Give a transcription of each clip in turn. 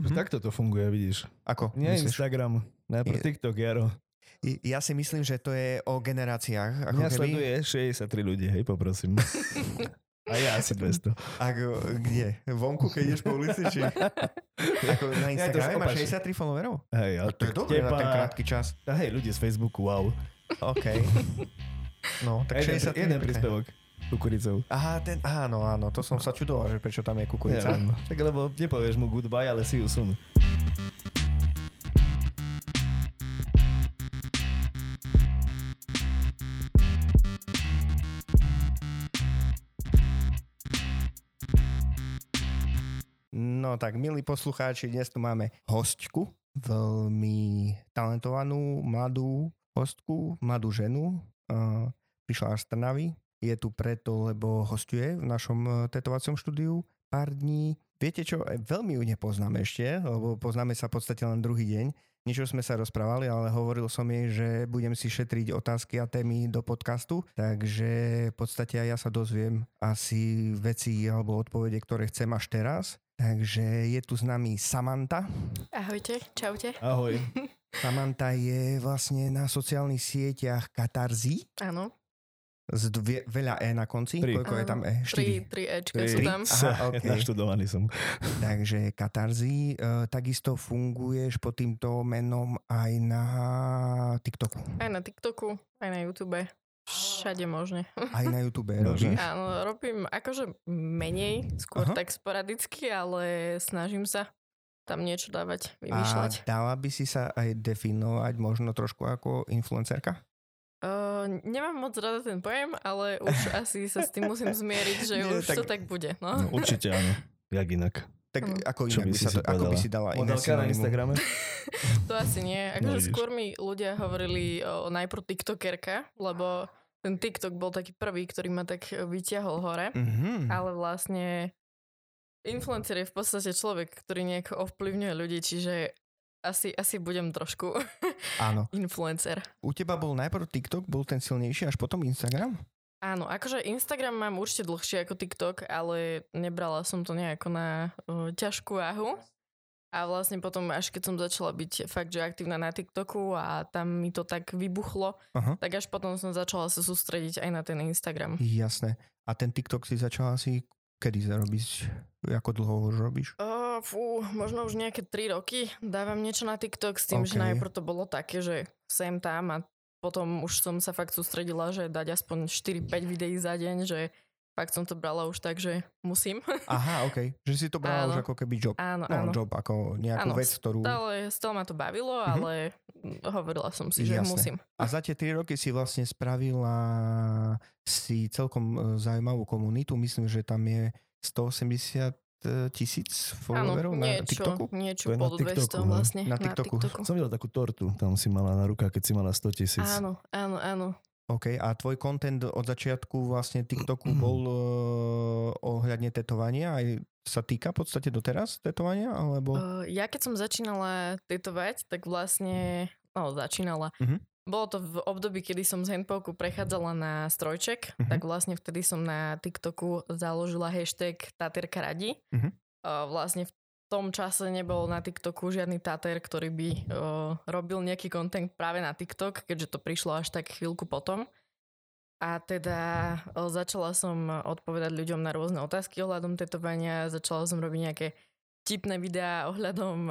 Mm-hmm. Takto to funguje, vidíš. Ako? Nie Mhm. myslíš? Instagram, najprv Je- TikTok, Jaro. I- Ja si myslím, že to je o generáciách. Ako Mňa keby, sleduje 63 ľudí, hej, poprosím. A ja asi 200. Ako, kde? Vonku, keď ideš po ulici? Či... Ako Ja na to Instagrame už máš opačne. 63 followerov? Hej, ale To je dobré na ten krátky čas. A hej, ľudia z Facebooku, wow. OK. No, tak Tak jeden, 63. jeden pekné. príspevok kukuricou. Aha, ten, áno, áno, to som sa čudoval, že prečo tam je kukurica. Neviem. Tak lebo nepovieš mu goodbye, ale see you soon. No tak, milí poslucháči, dnes tu máme hostku, veľmi talentovanú, mladú hostku, mladú ženu. Uh, prišla až z Trnavy. Je tu preto, lebo hostuje v našom eh, tetovacom štúdiu pár dní. Viete čo, eh, veľmi ju nepoznáme ešte, lebo poznáme sa v podstate len druhý deň. Niečo sme sa rozprávali, ale hovoril som jej, že budem si šetriť otázky a témy do podcastu, takže v podstate aj ja sa dozviem asi veci alebo odpovede, ktoré chcem až teraz. Takže je tu s nami Samantha. Ahojte, čaute. Ahoj. Samantha je vlastne na sociálnych sieťach Katarzy Áno, Ehm, z dve, veľa E na konci. Tri. Koľko je tam E? tri, Štyri. tri Ečka Tri. sú tam. Aha, ok. Naštudovaný som. Takže Katarzy, e, takisto funguješ pod týmto menom aj na TikToku, Aj na TikToku, aj na YouTube. Všade možne. aj na YouTube. Dobre. Robíš? Áno, robím akože menej, skôr Aha. Aha. tak sporadicky, ale snažím sa tam niečo A dávať, vymýšľať. dala by si sa aj definovať možno trošku ako influencerka? Uh, nemám moc rada ten pojem, ale už asi sa s tým musím zmieriť, že Nie, už tak- to tak bude. No, No. určite áno. Jak inak. Tak Áno. ako Čo inak by by, si sa si to, ako by povedala? si dala iné Modelka na synonymum? Instagrame? To asi nie. No, Akože vidíš. skôr mi ľudia hovorili o najprv TikTokerka, lebo ten TikTok bol taký prvý, ktorý ma tak e, vyťahol hore. Mhm. Ale vlastne influencer je v podstate človek, ktorý nejako ovplyvňuje ľudí, čiže asi, asi budem trošku Áno. influencer. U teba bol najprv TikTok, bol ten silnejší, až potom Instagram? Áno, akože Instagram mám určite dlhšie ako TikTok, ale nebrala som to nejako na uh, ťažkú váhu. A vlastne potom, až keď som začala byť fakt, že aktívna na TikToku a tam mi to tak vybuchlo, Aha. tak až potom som začala sa sústrediť aj na ten Instagram. Jasné. A ten TikTok si začala asi kedy zarobíš? Ako dlho už robíš? Uh, fú, možno už nejaké 3 roky dávam niečo na TikTok s tým, že Okej. najprv to bolo také, že sem tam a potom už som sa fakt sústredila, že dať aspoň 4-5 videí za deň, že fakt som to brala už tak, že musím. Aha, OK. Že si to brala už Áno. ako keby job. áno, No, áno. job ako nejakú Áno, vec, ktorú... Stále, stále ma to bavilo, Mhm. ale hovorila som si, že Jasné. musím. A za tie 3 roky si vlastne spravila si celkom e, zaujímavú komunitu. Myslím, že tam je 180 e, tisíc followerov na niečo, TikToku. niečo To je na pod 200 TikToku, no. vlastne. Na TikToku. Som videl takú tortu, tam si mala na rukách, keď si mala 100 tisíc. Áno, áno, áno. OK, a tvoj content od začiatku vlastne TikToku bol uh, ohľadne tetovania, aj sa týka v podstate doteraz tetovania, alebo... Uh, ja keď som začínala tetovať, tak vlastne, no začínala. Mhm. Bolo to v období, kedy som z handpoku prechádzala na strojček, Mhm. tak vlastne vtedy som na TikToku založila hashtag Taterka radi. Mhm. Uh, vlastne v tom čase nebol na TikToku žiadny Tater, ktorý by uh, robil nejaký content práve na TikTok, keďže to prišlo až tak chvíľku potom. A teda o, začala som odpovedať ľuďom na rôzne otázky ohľadom tetovania, začala som robiť nejaké tipné videá ohľadom e,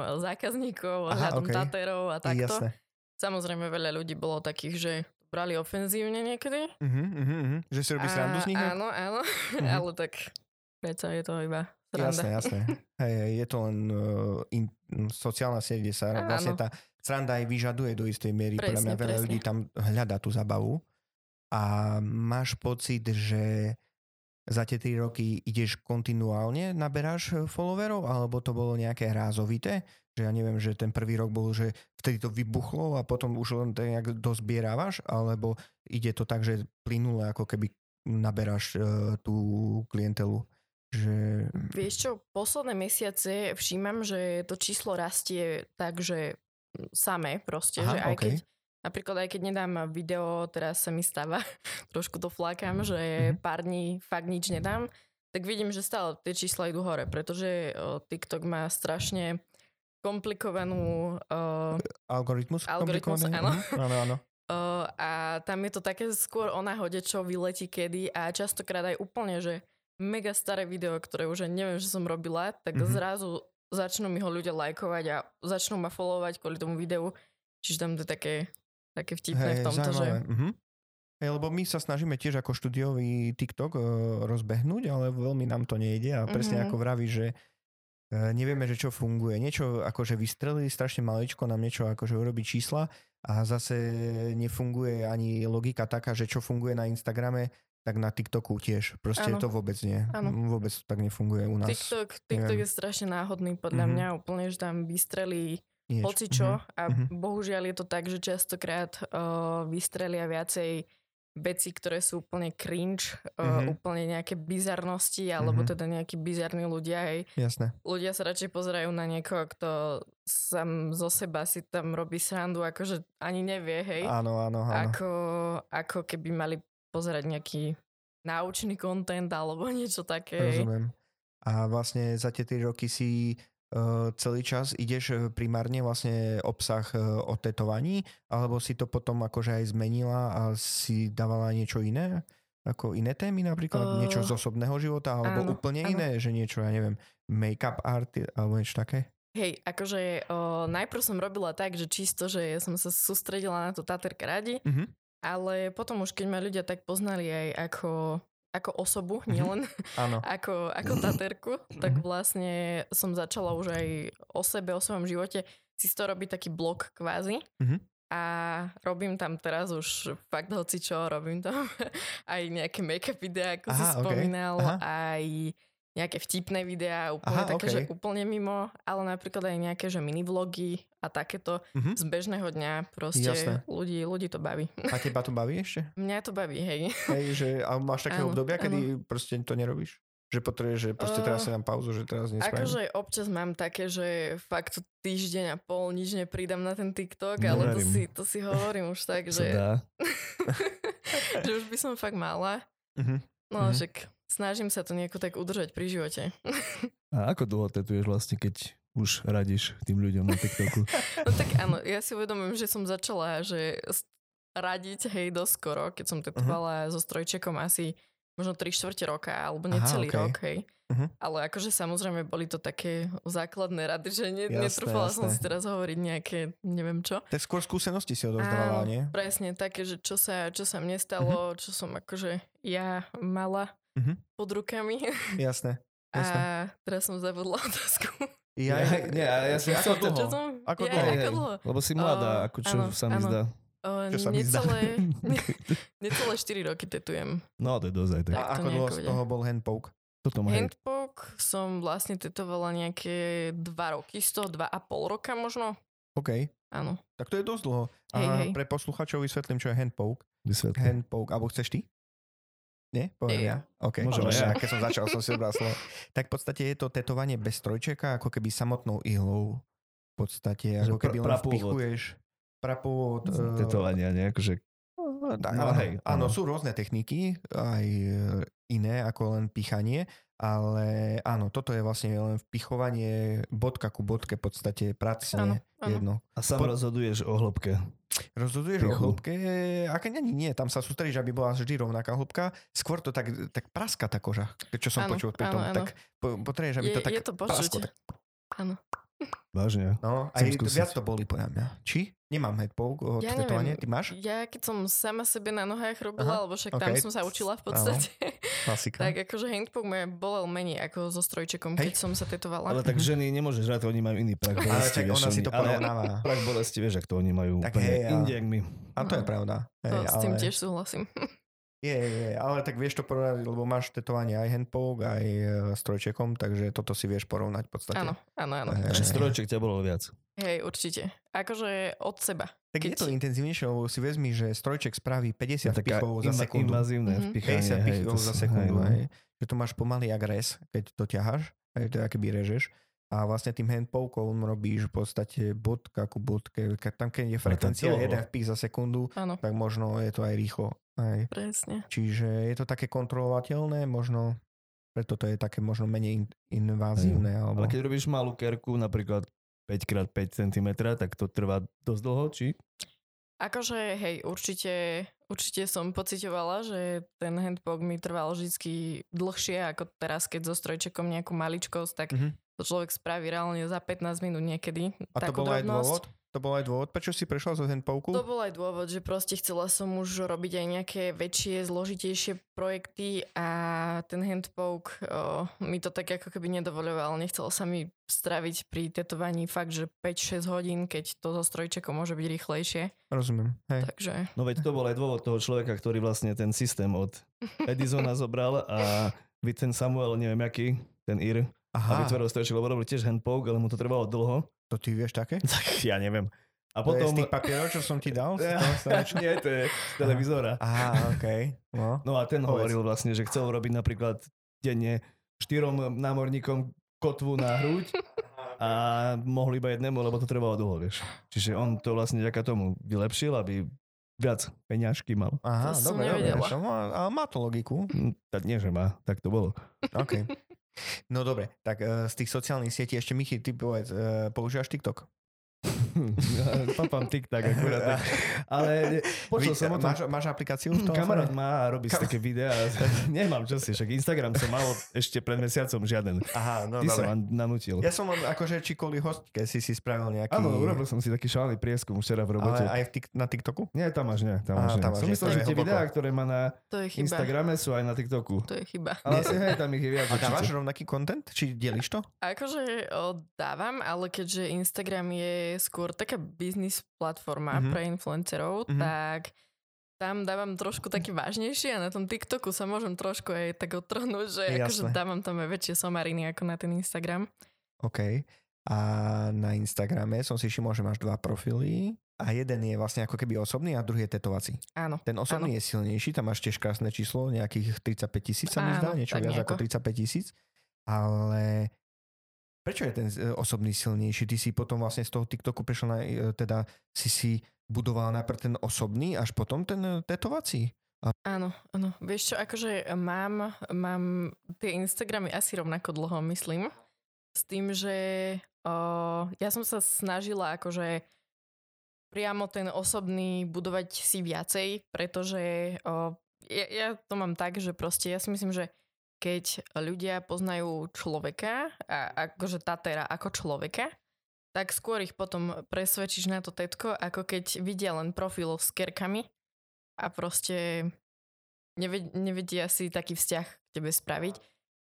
Aha, zákazníkov, ohľadom okej. taterov a takto. Jasné. Samozrejme veľa ľudí bolo takých, že to brali ofenzívne niekedy. Uh-huh, uh-huh, uh-huh. Že si robíš Ah, srandu z nich? ne? áno, áno, Mhm. ale tak predsa je to iba Jasné, sranda. jasné. Hej, hej, je to len uh, in, m, sociálna sieť, kde sa Áno. vlastne tá sranda aj vyžaduje do istej miery. Presne, Podľa Presne, mňa veľa presne. ľudí tam hľadá tú zabavu. A máš pocit, že za tie 3 roky ideš kontinuálne, naberáš eh, followerov, alebo to bolo nejaké rázovité? Že ja neviem, že ten prvý rok bol, že vtedy to vybuchlo a potom už len tak nejak dozbierávaš, alebo ide to tak, že plynule ako keby naberáš eh, tú klientelu? Že Vieš čo, posledné mesiace všímam, že to číslo rastie tak, že mm, samé proste, Aha, že aj okej. keď Napríklad aj keď nedám video, teraz sa mi stáva, trošku to flákam, že Mhm. pár dní fakt nič nedám, tak vidím, že stále tie čísla idú hore, pretože o, TikTok má eh, strašne komplikovanú uh, Algoritmus? Algoritmus, komplikovaný? áno. Mhm, Áno, áno. Uh, a tam je to také skôr o náhode, čo vyletí kedy a častokrát aj úplne, že mega staré video, ktoré už aj neviem, že som robila, tak Mhm. mm-hmm. zrazu začnú mi ho ľudia lajkovať a začnú ma followovať kvôli tomu videu. Čiže tam to je také, také vtipné hey, v tomto, že... Mhm. Hej, lebo my sa snažíme tiež ako štúdiový TikTok e, rozbehnúť, ale veľmi nám to nejde a presne Mhm. ako vraví, že e, nevieme, že čo funguje. Niečo akože vystrelili strašne maličko, nám niečo akože urobí čísla a zase nefunguje ani logika taká, že čo funguje na Instagrame, tak na TikToku tiež. Proste Áno. to vôbec nie. Áno. Vôbec to tak nefunguje u nás. TikTok, TikTok neviem. je strašne náhodný podľa Mhm. mňa, úplne, že tam vystrelí Nič. hocičo mm-hmm. a mhm. mm-hmm. bohužiaľ je to tak, že častokrát uh, vystrelia viacej veci, ktoré sú úplne cringe, Mhm. uh, mm-hmm. úplne nejaké bizarnosti, alebo Mhm. mm-hmm. teda nejakí bizarní ľudia. Hej. Mhm. Jasné. Ľudia sa radšej pozerajú na niekoho, kto sám zo seba si tam robí srandu, akože ani nevie, hej, Áno, áno, áno. ako, ako keby mali pozerať nejaký naučný kontent alebo niečo také. hej. Rozumiem. A vlastne za tie 3 roky si eh, celý čas ideš eh, primárne vlastne obsah eh, o tetovaní, alebo si to potom akože aj zmenila a si dávala niečo iné? Ako iné témy napríklad? Eh, niečo z osobného života? Alebo áno, úplne áno. iné? Že niečo, ja neviem, make-up art alebo niečo také? Hej, akože o, najprv som robila tak, že čisto, že ja som sa sústredila na to Taterka radi, Mhm. ale potom už keď ma ľudia tak poznali aj ako, ako osobu, nielen Áno. ako, ako Taterku, tak Mhm. vlastne som začala už aj o sebe, o svojom živote si z toho robiť taký blog kvázi. Mhm. A robím tam teraz už fakt hoci čo, robím tam aj nejaké make-up videá, ako Aha, si Aha, okej. spomínal, Aha. aj nejaké vtipné videá, úplne Aha, také, že okej. úplne mimo, ale napríklad aj nejaké, že minivlogy a takéto Mhm. z bežného dňa proste Jasné. ľudí, ľudí to baví. A teba to baví ešte? Mňa to baví, hej. Hej, že, a máš také Áno, obdobia, kedy proste to nerobíš? Že potrebuješ, že proste teraz Eh, si dám pauzu, že teraz nespravím? Akože občas mám také, že fakt týždeň a pol nič nepridám na ten TikTok, ale to Neverím. si, to si hovorím už Sa tak, že, dá. že už by som fakt mala. Mhm. No Mhm. mm-hmm. však snažím sa to nejako tak udržať pri živote. A ako dlho tetuješ vlastne, keď už radíš tým ľuďom na TikToku? No tak áno, ja si uvedomím, že som začala, že s- radiť hej doskoro, keď som Mhm. tetovala so strojčekom asi možno 3 štvrte roka, alebo Aha, necelý okej. rok, hej. Mhm. Ale akože samozrejme boli to také základné rady, že ne, Jasné, netrúfala som jasné. si teraz hovoriť nejaké, neviem čo. Tak skôr skúsenosti si odovzdávala, Áno, nie? Presne také, že čo sa, čo sa mne stalo, čo som akože ja mala Mhm. pod rukami Jasné. Jasné. a teraz som zavodla otázku. Ja, nie, ja, ja som chcel Čo dlho. som? Ako ja, dlho? ako dlho? Lebo si mladá, Eh, ako čo áno, sa mi áno. zdá. O, Čo sa mi zdá. necelé, necelé 4 roky tetujem. No, to je dosť aj tak. A to ako dlho nejako z ide. toho bol handpoke? Toto má hej. Handpoke som vlastne tetovala nejaké 2 roky, z toho 2,5 roka možno. OK. Áno. Tak to je dosť dlho. A Hej, hej. pre poslucháčov vysvetlím, čo je handpoke. Vysvetli. Handpoke. Alebo chceš ty? Nie? Poviem ja. Ja. OK. Môžem Dobre, ja. Keď som začal, som si obral slovo. Tak v podstate je to tetovanie bez strojčeka, ako keby samotnou ihlou. V podstate, Že ako pra- keby len prapôvod. vpichuješ. Prapôvod. eh, Tetovania, nie? Akože... Tak, No, áno, hej, áno. áno, sú rôzne techniky, aj e, iné ako len pichanie, ale áno, toto je vlastne len vpichovanie bodka ku bodke, v podstate pracne áno, Áno, áno. jedno. A sám Po- rozhoduješ o hĺbke. Rozhoduješ o Pichu. hĺbke, aké ani nie, tam sa sústredíš, aby bola vždy rovnaká hĺbka, skôr to tak, tak praska tá koža, čo som Áno, počul pri áno, tom, áno. tak po- potrebuješ, aby Je, to tak je to počuť. prasklo, tak Áno. Vážne. No, a Chcem je to- skúsiť. viac to boli podľa mňa. Či? Nemám headpoke od Ja tetovania, neviem. ty máš? Ja keď som sama sebe na nohách robila, Aha, Aha, lebo však tam okej. som sa učila v Áno. podstate, Klasika. tak akože handpoke ma bolel menej ako so strojčekom, Hej. keď som sa tetovala. Ale tak ženy nemôžeš hrať, oni majú iný prach Ale bolesti. tak vieš, ona si oni- to ale- porovnáva. Prach bolesti, vieš, ak to oni majú Tak úplne hej, ale- inde, jak my. A to je No. pravda. to, Hej, s tým ale- tiež súhlasím. Je, je, je, ale tak vieš to porovnať, lebo máš tetovanie aj handpoke, aj e, strojčekom, takže toto si vieš porovnať v podstate. Áno, áno, áno. Hej. Takže strojček ťa bolo viac. Hej, určite. Akože od seba. Tak je Keď- to intenzívnejšie, lebo si vezmi, že strojček spraví 50 Taká pichov za inva- sekundu. invazívne Mhm. vpichanie. 50 hej, pichov to za sú- sekundu, no. hej. Že to máš pomaly jak res, keď to ťaháš, hej, to je akoby režeš. A vlastne tým handpokom robíš v podstate bodka ku bodke. Ke- Tam, keď je to je frekvencia dlho. 1 vpich za sekundu, Áno, tak možno je to aj rýchlo. Hej. presne. Čiže je to také kontrolovateľné, Mhm. možno preto to je také možno menej in- invazívne. Alebo... Ale keď robíš malú kerku, napríklad 5x5 cm, tak to trvá dosť dlho, či? Akože, hej, určite, určite som pocitovala, že ten handpok mi trval vždy dlhšie ako teraz, keď so strojčekom nejakú maličkosť, tak Mhm. to človek spraví reálne za 15 minút niekedy. A to bol aj dôvod? To bol aj dôvod, prečo si prešla zo handpovku? To bol aj dôvod, že proste chcela som už robiť aj nejaké väčšie, zložitejšie projekty a ten handpoke o, mi to tak ako keby nedovoľoval. Nechcelo sa mi straviť pri tetovaní fakt, že 5-6 hodín, keď to so strojčekom môže byť rýchlejšie. Rozumiem. Hej. Takže No veď to bol aj dôvod toho človeka, ktorý vlastne ten systém od Edisona zobral a vy ten Samuel, neviem aký, ten Ir, a Aha, vytvoril strojček, lebo robil tiež handpoke, ale mu to trvalo dlho, to ty vieš také? tak ja neviem. A To potom... je Eh, z tých papierov, čo som ti dal? Z toho sa niečo- Nie, to je z televízora. Aha, okej. No. No a ten Povedz. hovoril vlastne, že chcel robiť napríklad denne štyrom námorníkom kotvu na hruď a mohol iba jednému, lebo to trvalo dlho, vieš. Čiže on to vlastne vďaka tomu vylepšil, aby viac peňažky mal. Aha, To som dobre, dobre. nevedela. Som, a, a má to logiku. Hm, Tak nie, že má, tak to bolo. OK. No dobre, tak e, z tých sociálnych sietí ešte Michi, ty povedz, e, používaš TikTok? Papám tik-tak akurát. tak. Ale počul Vy- som o tom, máš, máš aplikáciu? v tom kamarát telefóne? má a robí si Kam- také videá. Nemám čas, však Instagram som mal ešte pred mesiacom žiaden. Aha, no Ty som dobre. ma nanútil. Ja som len akože či kvôli hostke si si spravil nejaký... Áno, urobil som si taký šálny prieskum včera v Ale robote. aj v tik, na TikToku? Nie, tam až nie. Tam Á, až nie. tam až Som nie, myslel, to že je tie hlboko. videá, ktoré má na to je chyba. Instagrame, sú aj na TikToku. To je chyba. Ale asi hej, tam ich je viac. A dávaš určite. rovnaký content? Či delíš to? Akože o, dávam, ale keďže Instagram je skôr taká biznis platforma Mhm. mm-hmm. pre influencerov, Mhm. mm-hmm. tak tam dávam trošku taký vážnejší a na tom TikToku sa môžem trošku aj tak otrhnúť, že Jasné. akože dávam tam aj väčšie somariny ako na ten Instagram. OK. A na Instagrame som si všimol, že máš dva profily a jeden je vlastne ako keby osobný a druhý je tetovací. Áno. Ten osobný je silnejší, tam máš tiež krásne číslo, nejakých 35 tisíc sa mi Áno, zdá, niečo tak viac nejako. ako 35 tisíc. Ale prečo je ten e, osobný silnejší? Ty si potom vlastne z toho TikToku prešiel na, e, teda si si budoval najprv ten osobný, až potom ten e, tetovací. Áno, áno. Vieš čo, akože mám, mám tie Instagramy asi rovnako dlho, myslím. S tým, že o, ja som sa snažila akože priamo ten osobný budovať si viacej, pretože o, ja, ja to mám tak, že proste ja si myslím, že keď ľudia poznajú človeka, a akože Tatera ako človeka, tak skôr ich potom presvedčíš na to tetko, ako keď vidia len profil s kerkami a proste neved- nevedia si taký vzťah k tebe spraviť.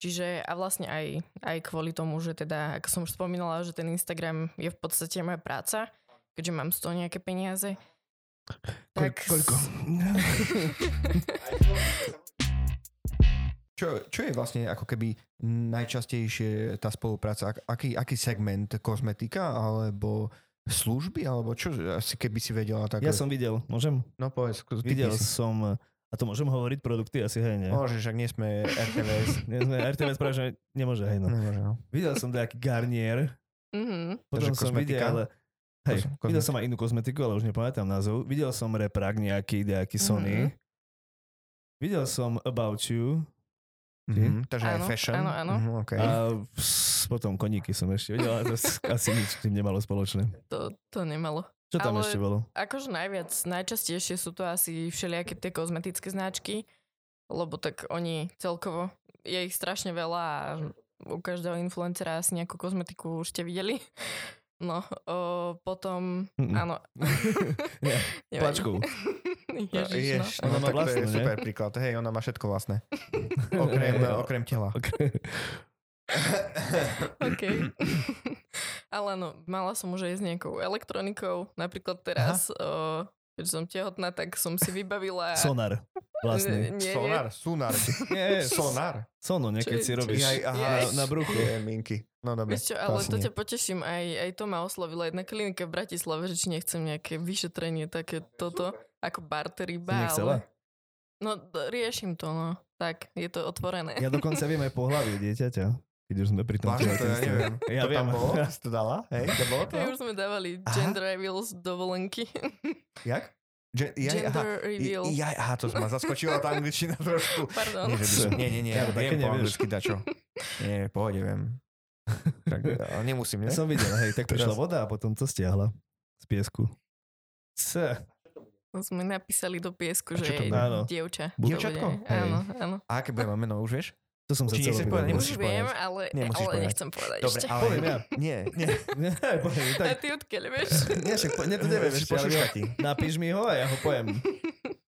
Čiže a vlastne aj, aj kvôli tomu, že teda, ako som už spomínala, že ten Instagram je v podstate moja práca, keďže mám z toho nejaké peniaze. Koľ- s- Koľko? Čo, čo je vlastne ako keby najčastejšie tá spolupráca? Ak- Aký, aký segment? Kozmetika alebo služby? Alebo čo asi keby si vedela tak... Ja som videl, môžem? No povedz, ty Videl si. som, a to môžem hovoriť, produkty asi hej, nie? Môžeš, ak nie sme RTVS. Nie sme, RTV práve, že nemôže, hej, no. Nemôže, no. Videl som nejaký garnier, Mhm. Potom Takže som kozmetika? videl, ale... Hej, Kozm- videl som aj inú kozmetiku, ale už nepamätám názov. Videl som reprag nejaký, nejaký Mhm. Sony. Videl som About You. Mhm, takže aj Áno, fashion. áno, áno. Mhm, okay. A s- potom koníky som ešte videl, ale to s- asi nič s tým nemalo spoločné. To, to nemalo. Čo tam Ale- ešte bolo? Akože najviac, najčastejšie sú to asi všelijaké tie kozmetické značky, lebo tak oni celkovo, je ich strašne veľa a u každého influencera asi nejakú kozmetiku už ste videli. No, o, potom, Mm-mm. áno. Nie, Nevadí. plačkou. Ježiš, Ona Jež, no. no, má tak to vlastnú, je ne? super príklad. Hej, ona má všetko vlastné. Okrem, Hej, okrem tela. ok. OK. Ale áno, mala som už aj s nejakou elektronikou. Napríklad teraz, o, keď som tehotná, tak som si vybavila... Sonar vlastný. N- nie, Sonar, sunar. Nie, Sonar. sono, nie, keď Čo- si čo- robíš Jaj, aha, no, na, na bruchu. Je, minky. No dobre. Vieš čo, ale asi to nie. ťa poteším, aj, aj to ma oslovila jedna klinika v Bratislave, že či nechcem nejaké vyšetrenie také toto, ako barter Si iba, nechcela? ale... No, d- riešim to, no. Tak, je to otvorené. Ja dokonca viem aj pohľavie dieťaťa. Keď už sme pri tom Vážne to ja tehotenstve. neviem. Ja to tam viem. bolo? Ty si to dala? Hej, to bolo to? Ja už sme dávali Aha. gender reveals dovolenky. Jak? Že, jaj, aha. gender reveal. No. I- jaj, aha, to ma zaskočila tá angličtina trošku. Pardon. Nie, že by som, nie, nie, nie, ja Ja také viem po nevieš. anglicky dačo. Nie, pohode, viem. Tak ja Ja nemusím, ne? som videl, hej, tak Teraz- prišla voda a potom to stiahla z piesku. C. To sme napísali do A piesku, že čo to je bude? Áno. dievča. To Dievčatko? bude. Hej. Áno, áno. A aké bude mať meno, už vieš? To som sa Či chcel nechceš opýtať. povedať? Nemusíš Už viem, povedať. ale, Nemusíš ale povedať. nechcem povedať Dobre, ešte. ale... Poviem ja. Nie, nie. Ne, poviem, A tak, ty odkiaľ vieš? nie, však, po- nie, to neviem, ešte, ale ja, Pošuška ti. napíš mi ho a ja ho pojem.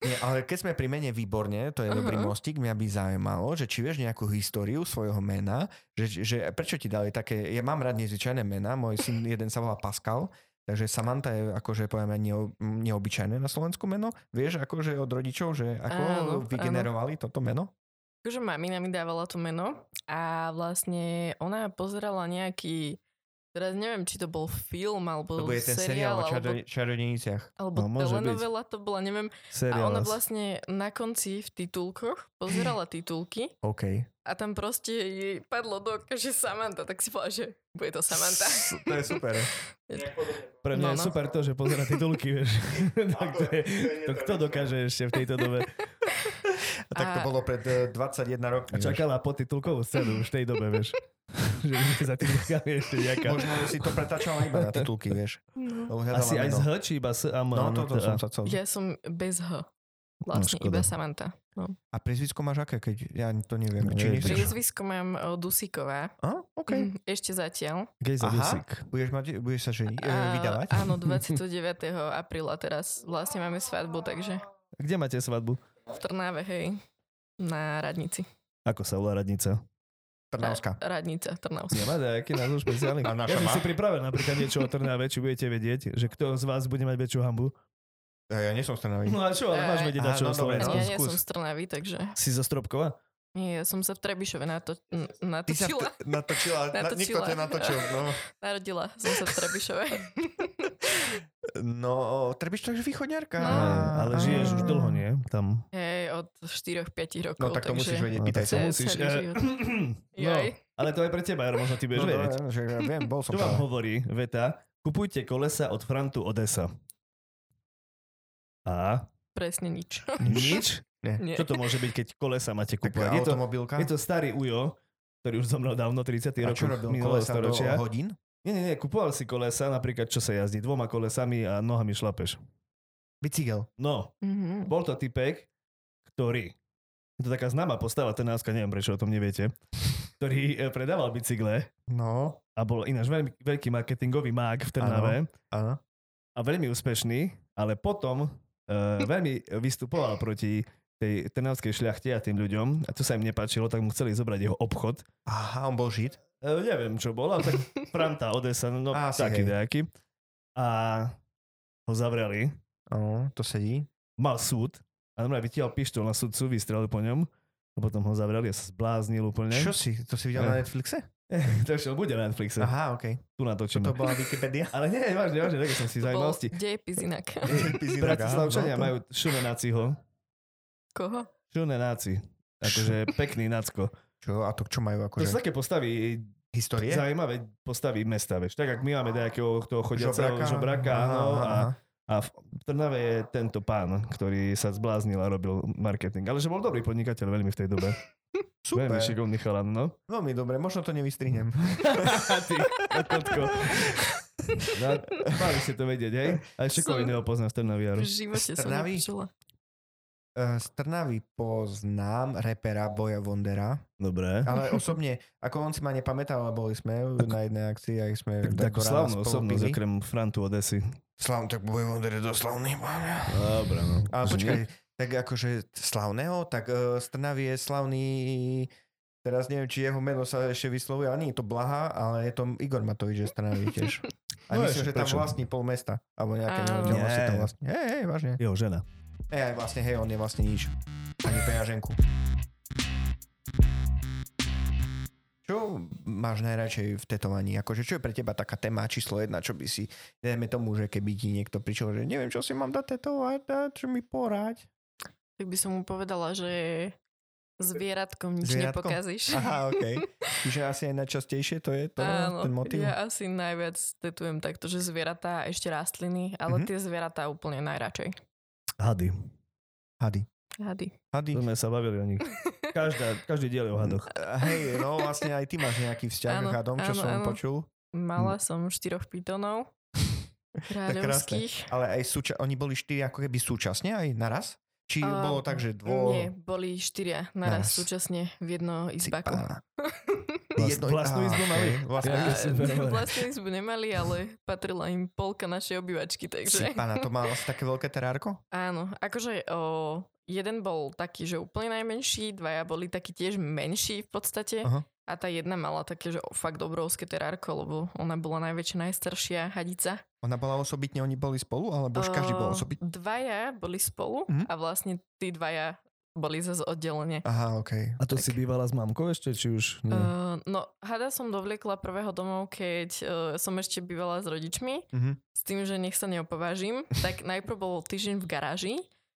Nie, ale keď sme pri mene výborne, to je dobrý Aha. mostík, mňa by zaujímalo, že či vieš nejakú históriu svojho mena, že, že prečo ti dali také, ja mám rád nezvyčajné mená, môj syn jeden sa volá Pascal, takže Samantha je akože poviem neo, neobyčajné na Slovensku meno. Vieš akože od rodičov, že ako Áno, vygenerovali toto meno? Takže mamina Akože mi dávala to meno a vlastne ona pozerala nejaký, teraz neviem, či to bol film alebo To bude ten seriál seriál, o alebo, čarodej- čarodejniciach. alebo No, môže byť. telenovela to bola, neviem. A Seriál. ona vlastne na konci v titulkoch pozerala titulky OK. a tam proste jej padlo do oka, že Samantha, tak si povedala, že bude to Samantha. To je super. Pre mňa No, je no. super to, že pozera titulky, vieš. tak to, je, to kto dokáže ešte v tejto dobe. A tak to A- bolo pred eh, 21 rokmi. A čakala po titulkovú scénu už v tej dobe, vieš. že ešte za titulkami ešte vieš. nejaká. Možno si to pretačala iba na titulky, vieš. No. Lebo hľadala Asi aj meno. z H, či iba s a M. teda- No, toto som a- sa chcel. Ja som bez H. Vlastne No, škoda. iba Samantha. A priezvisko máš aké, keď ja to neviem. No, Či neviem. nechceš? Priezvisko mám o, Dusiková. A? OK. Mm, Ešte zatiaľ. Gejza Aha. Dusík. Budeš, mať, budeš sa ženi, e, A- vydávať? Áno, 29. apríla teraz. Vlastne máme svadbu, takže Kde máte svadbu? v Trnave, hej. Na Radnici. Ako sa volá radnica? Trnavská. Radnica, Trnavská. Nemáte aký názov špeciálny? A naša Ja som má? si pripravil napríklad niečo o Trnave, či budete vedieť, že kto z vás bude mať väčšiu hambu. E, Ja nie som z Trnavy. No a čo, ale máš vedieť Á, na čo o no dobre, Eh, Ja Slovensku. no. nie skús. som z Trnavy, takže Si zo Stropkova? nie, ja som sa v Trebišove nato- n- Ty sa natočila. t- natočila, na, Natočila. nikto ťa natočil. No, Narodila som sa v Trebišove. no Trebiš to je východňarka. No. Eh, Ale ale žiješ už dlho, nie? Tam. hej, od 4-5 rokov. No tak to musíš vedieť, No, pýtaj tak sa. to Celý musíš. eh, život. No, Jaj. ale to aj pre teba, Jaro, možno ty budeš No, vedieť. dobre, že ja viem, bol som Čo vám tam. hovorí veta? Kupujte kolesa od Frantu Odessa. A? Presne nič. Nič? Nie. Čo to môže byť, keď kolesa máte Tak kúpovať? Je to, automobilka. je to starý ujo, ktorý už zomrel dávno, 30. a čo rokov robil minulého kolesa do storočia. hodín? Nie, nie, nie, kupoval si kolesa, napríklad čo sa jazdí, dvoma kolesami a nohami šlapeš. Bicykel. No, Mhm. bol to typek, ktorý, je to taká známa postava, ten náska, neviem prečo o tom neviete, ktorý e, predával bicykle No. a bol ináč veľmi, veľký marketingový mák v Trnave Áno. a veľmi úspešný, ale potom e, veľmi vystupoval proti tej trnavskej šľachte a tým ľuďom a to sa im nepáčilo, tak mu chceli zobrať jeho obchod Aha, on bol žid. E, neviem, čo bol, ale tak Franta, Odessa, no Asi, taký hej. nejaký. A ho zavreli. Áno, No, to sedí. Mal súd. A normálne vytiahol pištol na sudcu, vystrelil po ňom. A potom ho zavreli a sa zbláznil úplne. Čo si? To si videl Ne. na Netflixe? to ešte bude na Netflixe. Aha. Aha, okej. Tu natočíme. To bola Wikipedia. Ale nie, vážne, vážne, tak som si To bol zaujímavosti. dejepis inak. no, Bratislavčania majú šunenáciho. Koho? Šunenáci. Akože pekný nacko. Čo, a to čo majú To sú akože? také postavy, Histórie? zaujímavé postavy mesta, vieš. Tak, ak my máme nejakého toho chodiaceho Žobraka? žobraka, áno, a aha. A v v Trnave je tento pán, ktorý sa zbláznil a robil marketing. Ale že bol dobrý podnikateľ veľmi v tej dobe. Super. Mhm. Veľmi šikovný chalan, no. Veľmi dobre, možno to nevystrihnem. Ty, kotko. No, mali ste to vedieť, hej? A ešte koho Som- iného poznám z Trnaviaru. V živote Hm. som Trnavy? nepočula. Eh, Z Trnavy poznám repera Boja Vondera, Dobre. ale osobne, ako on si ma nepamätal, ale boli sme na jednej akcii a ich sme Tak do takú rána slavnú spolu osobnosť, pili. okrem Frantu Odesy. Slavný, tak Boj Vonder je doslavný. Dobre, no. Ale počkaj, tak akože slavného, tak eh, z Trnavy je slavný Teraz neviem, či jeho meno sa ešte vyslovuje, ale nie je to Blaha, ale je to Igor Matovič, že z Trnavy tiež. A No, myslím, však že tam prečo? vlastní pol mesta. Alebo nejaké, neviem, Áno. čo vlastne tam Nie. vlastní. Hej, hej, vážne. Jeho žena. Hej, aj vlastne, hej, on je vlastne nič. Ani peňaženku. Čo máš najradšej v tetovaní? Akože čo je pre teba taká téma číslo jedna, čo by si, dajme tomu, že keby ti niekto prišiel, že neviem, čo si mám dať tetovať, a čo mi porať. Tak by som mu povedala, že zvieratkom nič Zvieratkom? nepokazíš. Aha, okej. Čiže asi aj najčastejšie to je to, Áno, ten motiv. ja asi najviac tetujem takto, že zvieratá a ešte rastliny, ale Mhm. tie zvieratá úplne najradšej. Hady. Hady. Hady. Hady. Hm, To sme sa bavili o nich. Každá, každý diel je o hadoch. Hej, no vlastne aj ty máš nejaký vzťah Áno, k hadom, čo áno, som áno. počul. Mm. Mala som štyroch pitonov. Kráľovských. Ale aj súča- oni boli štyri ako keby súčasne aj naraz? Či A, bolo tak, že dvo... Nie, boli štyria Naraz. naraz súčasne v jedno izbaku. Cipá. Vlast- vlastnú á, izbu mali? okej, Vlastnú Ja, A ja som veľmi rád. vlastne izbu nemali, ale patrila im polka našej obývačky, takže... Cipana, to má asi také veľké terárko? Áno, akože o, jeden bol taký, že úplne najmenší, dvaja boli takí tiež menší v podstate Aha. a tá jedna mala také, že o, fakt obrovské terárko, lebo ona bola najväčšia, najstaršia hadica. Ona bola osobitne, oni boli spolu, alebo už každý bol O, osobitne? Dvaja boli spolu Mhm. a vlastne tí dvaja boli zase oddelenie. Aha, okej. A to Tak. si bývala s mamkou ešte, či už nie? Uh, no, hada som dovliekla prvého domov, keď uh, som ešte bývala s rodičmi, Mhm. s tým, že nech sa neopovážim. Tak najprv bol týždeň v garáži,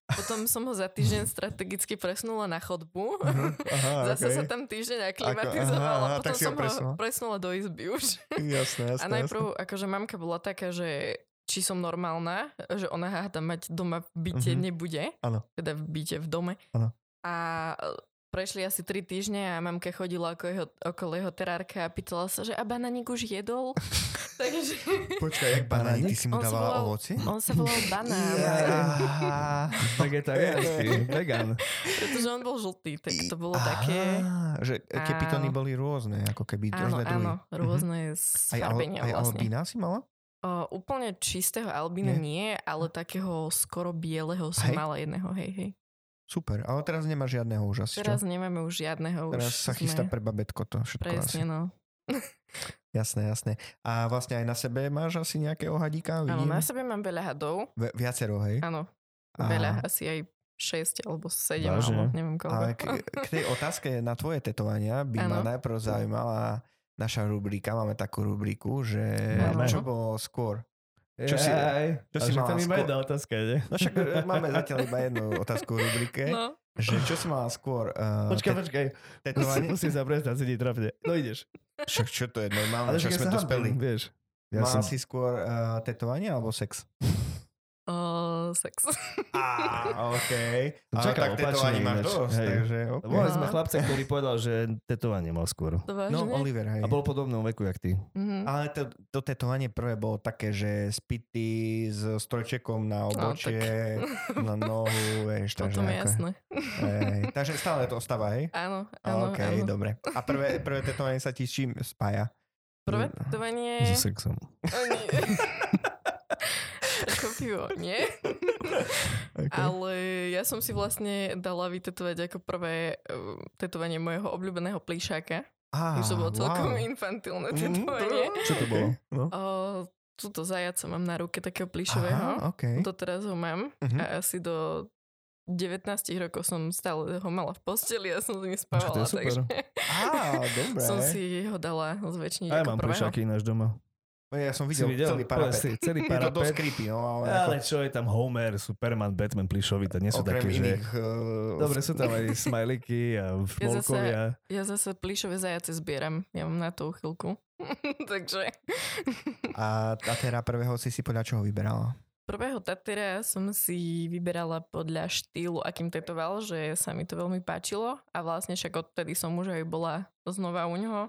potom som ho za týždeň strategicky presnula na chodbu. Mhm, Aha, Zase okej. sa tam týždeň aklimatizovala, aha, potom tak si ho som presunula. ho presnula do izby už. Jasné, jasné. A najprv, akože mamka bola taká, že či som normálna, že ona hada mať doma v byte Mhm. mm-hmm. nebude. Áno. Teda v byte v dome. Áno. A e, prešli asi tri týždne a mamka chodila okolo jeho, okolo jeho terárka a pýtala sa, že a bananík už jedol? Takže jasné. Počkaj, jak banány, ty si mu On si dávala volal- ovoci? on sa volal banán, Ja. Vegetariánsky, vegan. pretože on bol žltý, tak to bolo také... Á, že tie Áno. pitony boli rôzne, ako keby Áno, rôzne druhy. áno, rôzne Mhm. Aj, al, sfarbenia aj vlastne. albína si mala? O, úplne čistého albína nie. nie, ale takého skoro bieleho Hm. som Hej. mala jedného, hej, hej. Super, ale teraz nemá žiadneho už asi, Teraz čo? nemáme už žiadneho. Teraz už sa chystá sme... pre babetko to všetko Presne, asi. no. Jasné, jasné. A vlastne aj na sebe máš asi nejakého hadíka? Áno, Vidím. na sebe mám veľa hadov. Ve- viacero, No, hej? Áno, A- veľa. Asi aj 6 alebo 7, Vážne? alebo neviem koľko. Ale k, k tej otázke na tvoje tetovania by ma Áno. najprv zaujímala naša rubrika, máme takú rubriku, že Áno. čo bolo skôr. Čo si- Jaj, čo a si že mala tam iba skôr? jedna otázka, nie? No však e, máme zatiaľ iba jednu otázku v rubrike, no. No, že čo si mala skôr uh, Počkaj, počkaj. tetovanie? Musím sa prestať sedieť trapne. No ideš. No, Však čo to je normálne, čo však ja sme sa hambím, dospeli. Vieš. Ja mala som... si skôr uh, tetovanie alebo sex? o, sex. No, Á, OK. No Ale čakám, tak opačne tetovanie máš ináč, dosť, hej. takže OK. Lebo mali No. sme chlapca, ktorý povedal, že tetovanie mal skôr. To No, vážne? Oliver, hej. A bol podobnom veku, jak ty. Mhm. Ale to, to tetovanie prvé bolo také, že spity s strojčekom na tak. obočie, na nohu, vieš, takže... Potom je ako- jasné. Hej, takže stále to ostáva, hej? Áno, áno, OK, áno. dobre. A prvé, prvé tetovanie sa ti s čím spája? Hm, Prvé tetovanie... So sexom. O, nie. Prekvapivo, nie? Okay. Ale ja som si vlastne dala vytetovať ako prvé eh, tetovanie mojho obľúbeného plíšáka. Á, Už to bolo celkom infantilné Mhm. tetovanie. Čo to bolo? No. O, tuto zajaca mám na ruke takého Aha, plišového. OK. Doteraz ho mám Mhm. no. a asi do 19 rokov som stále ho mala v posteli a som s ním Čo, to spávala. je super. Takže Á, dobre. som si ho dala zväčšniť Aj ako mám prvého. plišaky náš doma. No, Ja som Si videl, celý Povedz, parapet. Celý Je to dosť parapet. creepy, no ale... ako- Ale čo je tam Homer, Superman, Batman, plišovi, to nie sú okrem také, že... iných... eh, Dobre, sú tam aj smajliky a Ja zase- volkovia. Ja zase plišové zajace zbieram. Ja mám na to uchylku. takže A, a teda prvého si si podľa čoho vyberala? prvého tatera som si vyberala podľa štýlu, akým tetoval, že sa mi to veľmi páčilo a vlastne však odtedy som už aj bola znova u neho.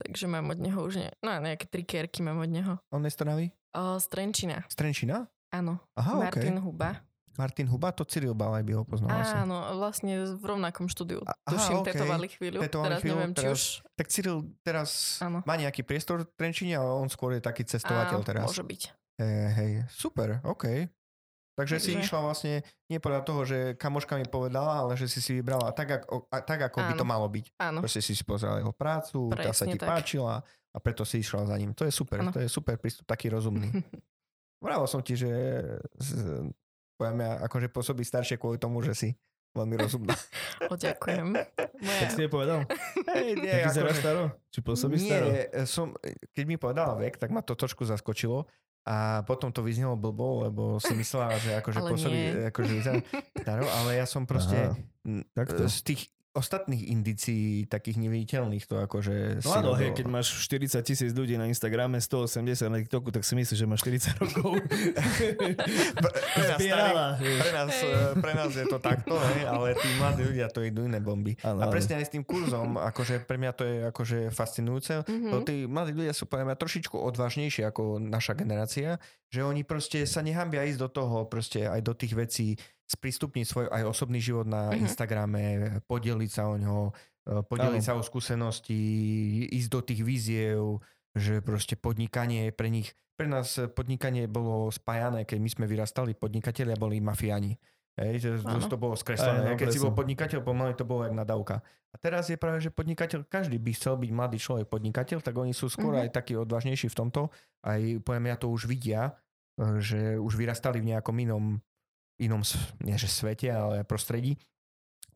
Takže mám od neho už ne... No, nejaké tri kerky mám od neho. On je z Trnavy? O, Strenčina, Z Trenčína? áno. Aha, Martin. Martin Huba. Okay. Martin Huba, to Cyril Balaj by ho poznal asi. Áno, vlastne v rovnakom štúdiu. No, A- aha, Tuším, okej. tetovali chvíľu. Tetovali teraz chvíľu, neviem, či teraz už... Tak Cyril teraz Áno. má nejaký priestor v Trenčíne, ale on skôr je taký cestovateľ Áno, teraz. Môže byť. E, hej, super, OK. Takže si Takže- išla vlastne nie podľa toho, že kamoška mi povedala, ale že si si vybrala tak, ako, a, tak, ako by Áno. to malo byť. Áno. Proste si si pozrela jeho prácu, tá sa Presne ti tak. páčila a preto si išla za ním. To je super, Áno. to je super prístup, taký rozumný. Vravel som ti, že z- podľa mňa akože pôsobí staršie kvôli tomu, že si veľmi rozumná. O, ďakujem. Moja... Tak si nepovedal? Hej, nie, Tak vyzerá akože- staro? Či pôsobí nie, staro? e, som, keď mi povedala vek, tak ma to trošku zaskočilo a potom to vyznelo blbo, lebo si myslela, že akože Ale pôsobí, nie. akože vyzerá staro, ale ja som proste Aha, m, takto. z tých ostatných indicií takých neviditeľných to No akože... si áno, hej, robil- keď máš 40 tisíc ľudí na Instagrame, 180 na TikToku, tak si myslíš, že máš 40 rokov. Pre, pre, nás starých, Zbierala. pre, nás, Hej. eh, pre nás je to takto, hej, ale tí mladí ľudia to idú iné bomby. Áno, áno. A presne aj s tým kurzom, akože pre mňa to je akože fascinujúce, Mhm. To tí mladí ľudia sú podľa mňa trošičku odvážnejší ako naša generácia, že oni proste sa nehambia ísť do toho, proste aj do tých vecí, sprístupniť svoj aj osobný život na Mhm. mm-hmm. Instagrame, podeliť sa o ňo, eh, podeliť Áno. sa o skúsenosti, ísť do tých víziev, že proste podnikanie je pre nich, pre nás eh, podnikanie bolo spájané, keď my sme vyrastali, podnikatelia boli mafiáni. Hej, že Áno. to bolo skreslené. Áno, keď si presne. bol podnikateľ, pomaly to bolo jak nadávka. A teraz je práve, že podnikateľ, každý by chcel byť mladý človek podnikateľ, tak oni sú skôr Mhm. aj takí odvážnejší v tomto. Aj podľa mňa to už vidia, eh, že už vyrastali v nejakom inom, inom s- nie že svete, ale prostredí.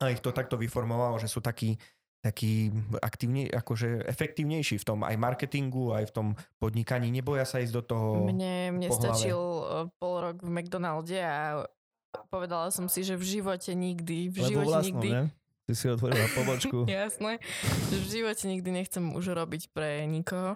A ich to takto vyformovalo, že sú takí taký aktívne, akože efektívnejší v tom aj marketingu, aj v tom podnikaní. Neboja sa ísť do toho. Mne, mne po hlave. stačil eh, pol rok v McDonalde a povedala som si, že v živote nikdy, v Lebo živote vlastnou, nikdy. ne? Ty si otvorila pobočku. Jasné. Že v živote nikdy nechcem už robiť pre nikoho.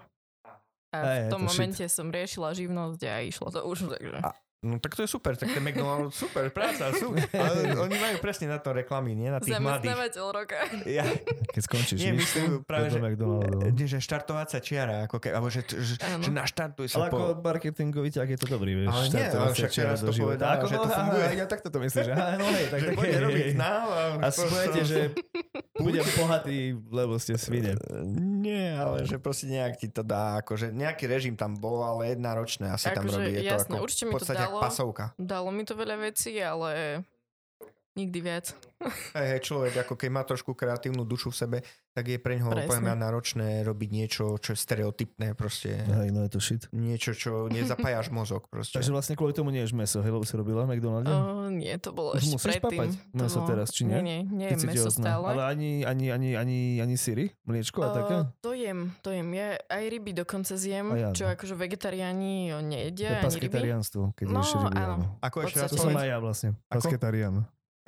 A Hej, je v tom to shit. momente som riešila živnosť a išlo to už. Takže. A- No tak to je super, tak ten McDonald's, super, práca, super. Ale oni majú presne na to reklamy, nie na tých mladých. Zamestnávateľ roka. Ja, Keď skončíš nie, nič, myslím práve, že, do McDonaldov. nie, E, že štartovacia čiara, ako ke, alebo že, že, Áno. že naštartuj sa Ale ako po... marketingový ťah je to dobrý, vieš. Ale nie, štartovať ale sa však čiara teraz do to života. povedala, Ako, no, že to aha, funguje. aha, Ja takto to myslíš, že aha, no hej, tak Že tak poďte hej, robiť hej. k nám a, A si poviete, že budem bohatý, lebo ste svine. Nie, ale že proste nejak ti to dá, akože nejaký režim tam bol, ale jedna ročná asi tam Akože robí. Je jasné, to ako, určite v mi to podstate dalo. jak pasovka. Dalo mi to veľa vecí, ale nikdy viac. Hej, hej, človek, ako keď má trošku kreatívnu dušu v sebe, tak je pre ňoho Presne. poviem ja, náročné robiť niečo, čo je stereotypné proste. Hej, no je to shit. Niečo, čo nezapájaš mozog proste. Takže vlastne kvôli tomu nie ješ meso, hej, lebo si robila v McDonalde? O, nie, to bolo Už ešte musíš papať predtým. To meso bolo- teraz, či nie? Nie, nie, nie Keď si meso tehotná. stále. Ale ani, ani, ani, ani, ani syry, mliečko a O, také? Eh, To jem, to jem. Ja aj ryby dokonca zjem, A ja čo áno. akože vegetariáni To o, je nejedia, ani ryby. pasketariánstvo, keď No, ješ ryby. áno. áno. Ako ešte raz, To podstate- som povedz? aj ja vlastne. Ako? Pasketarián.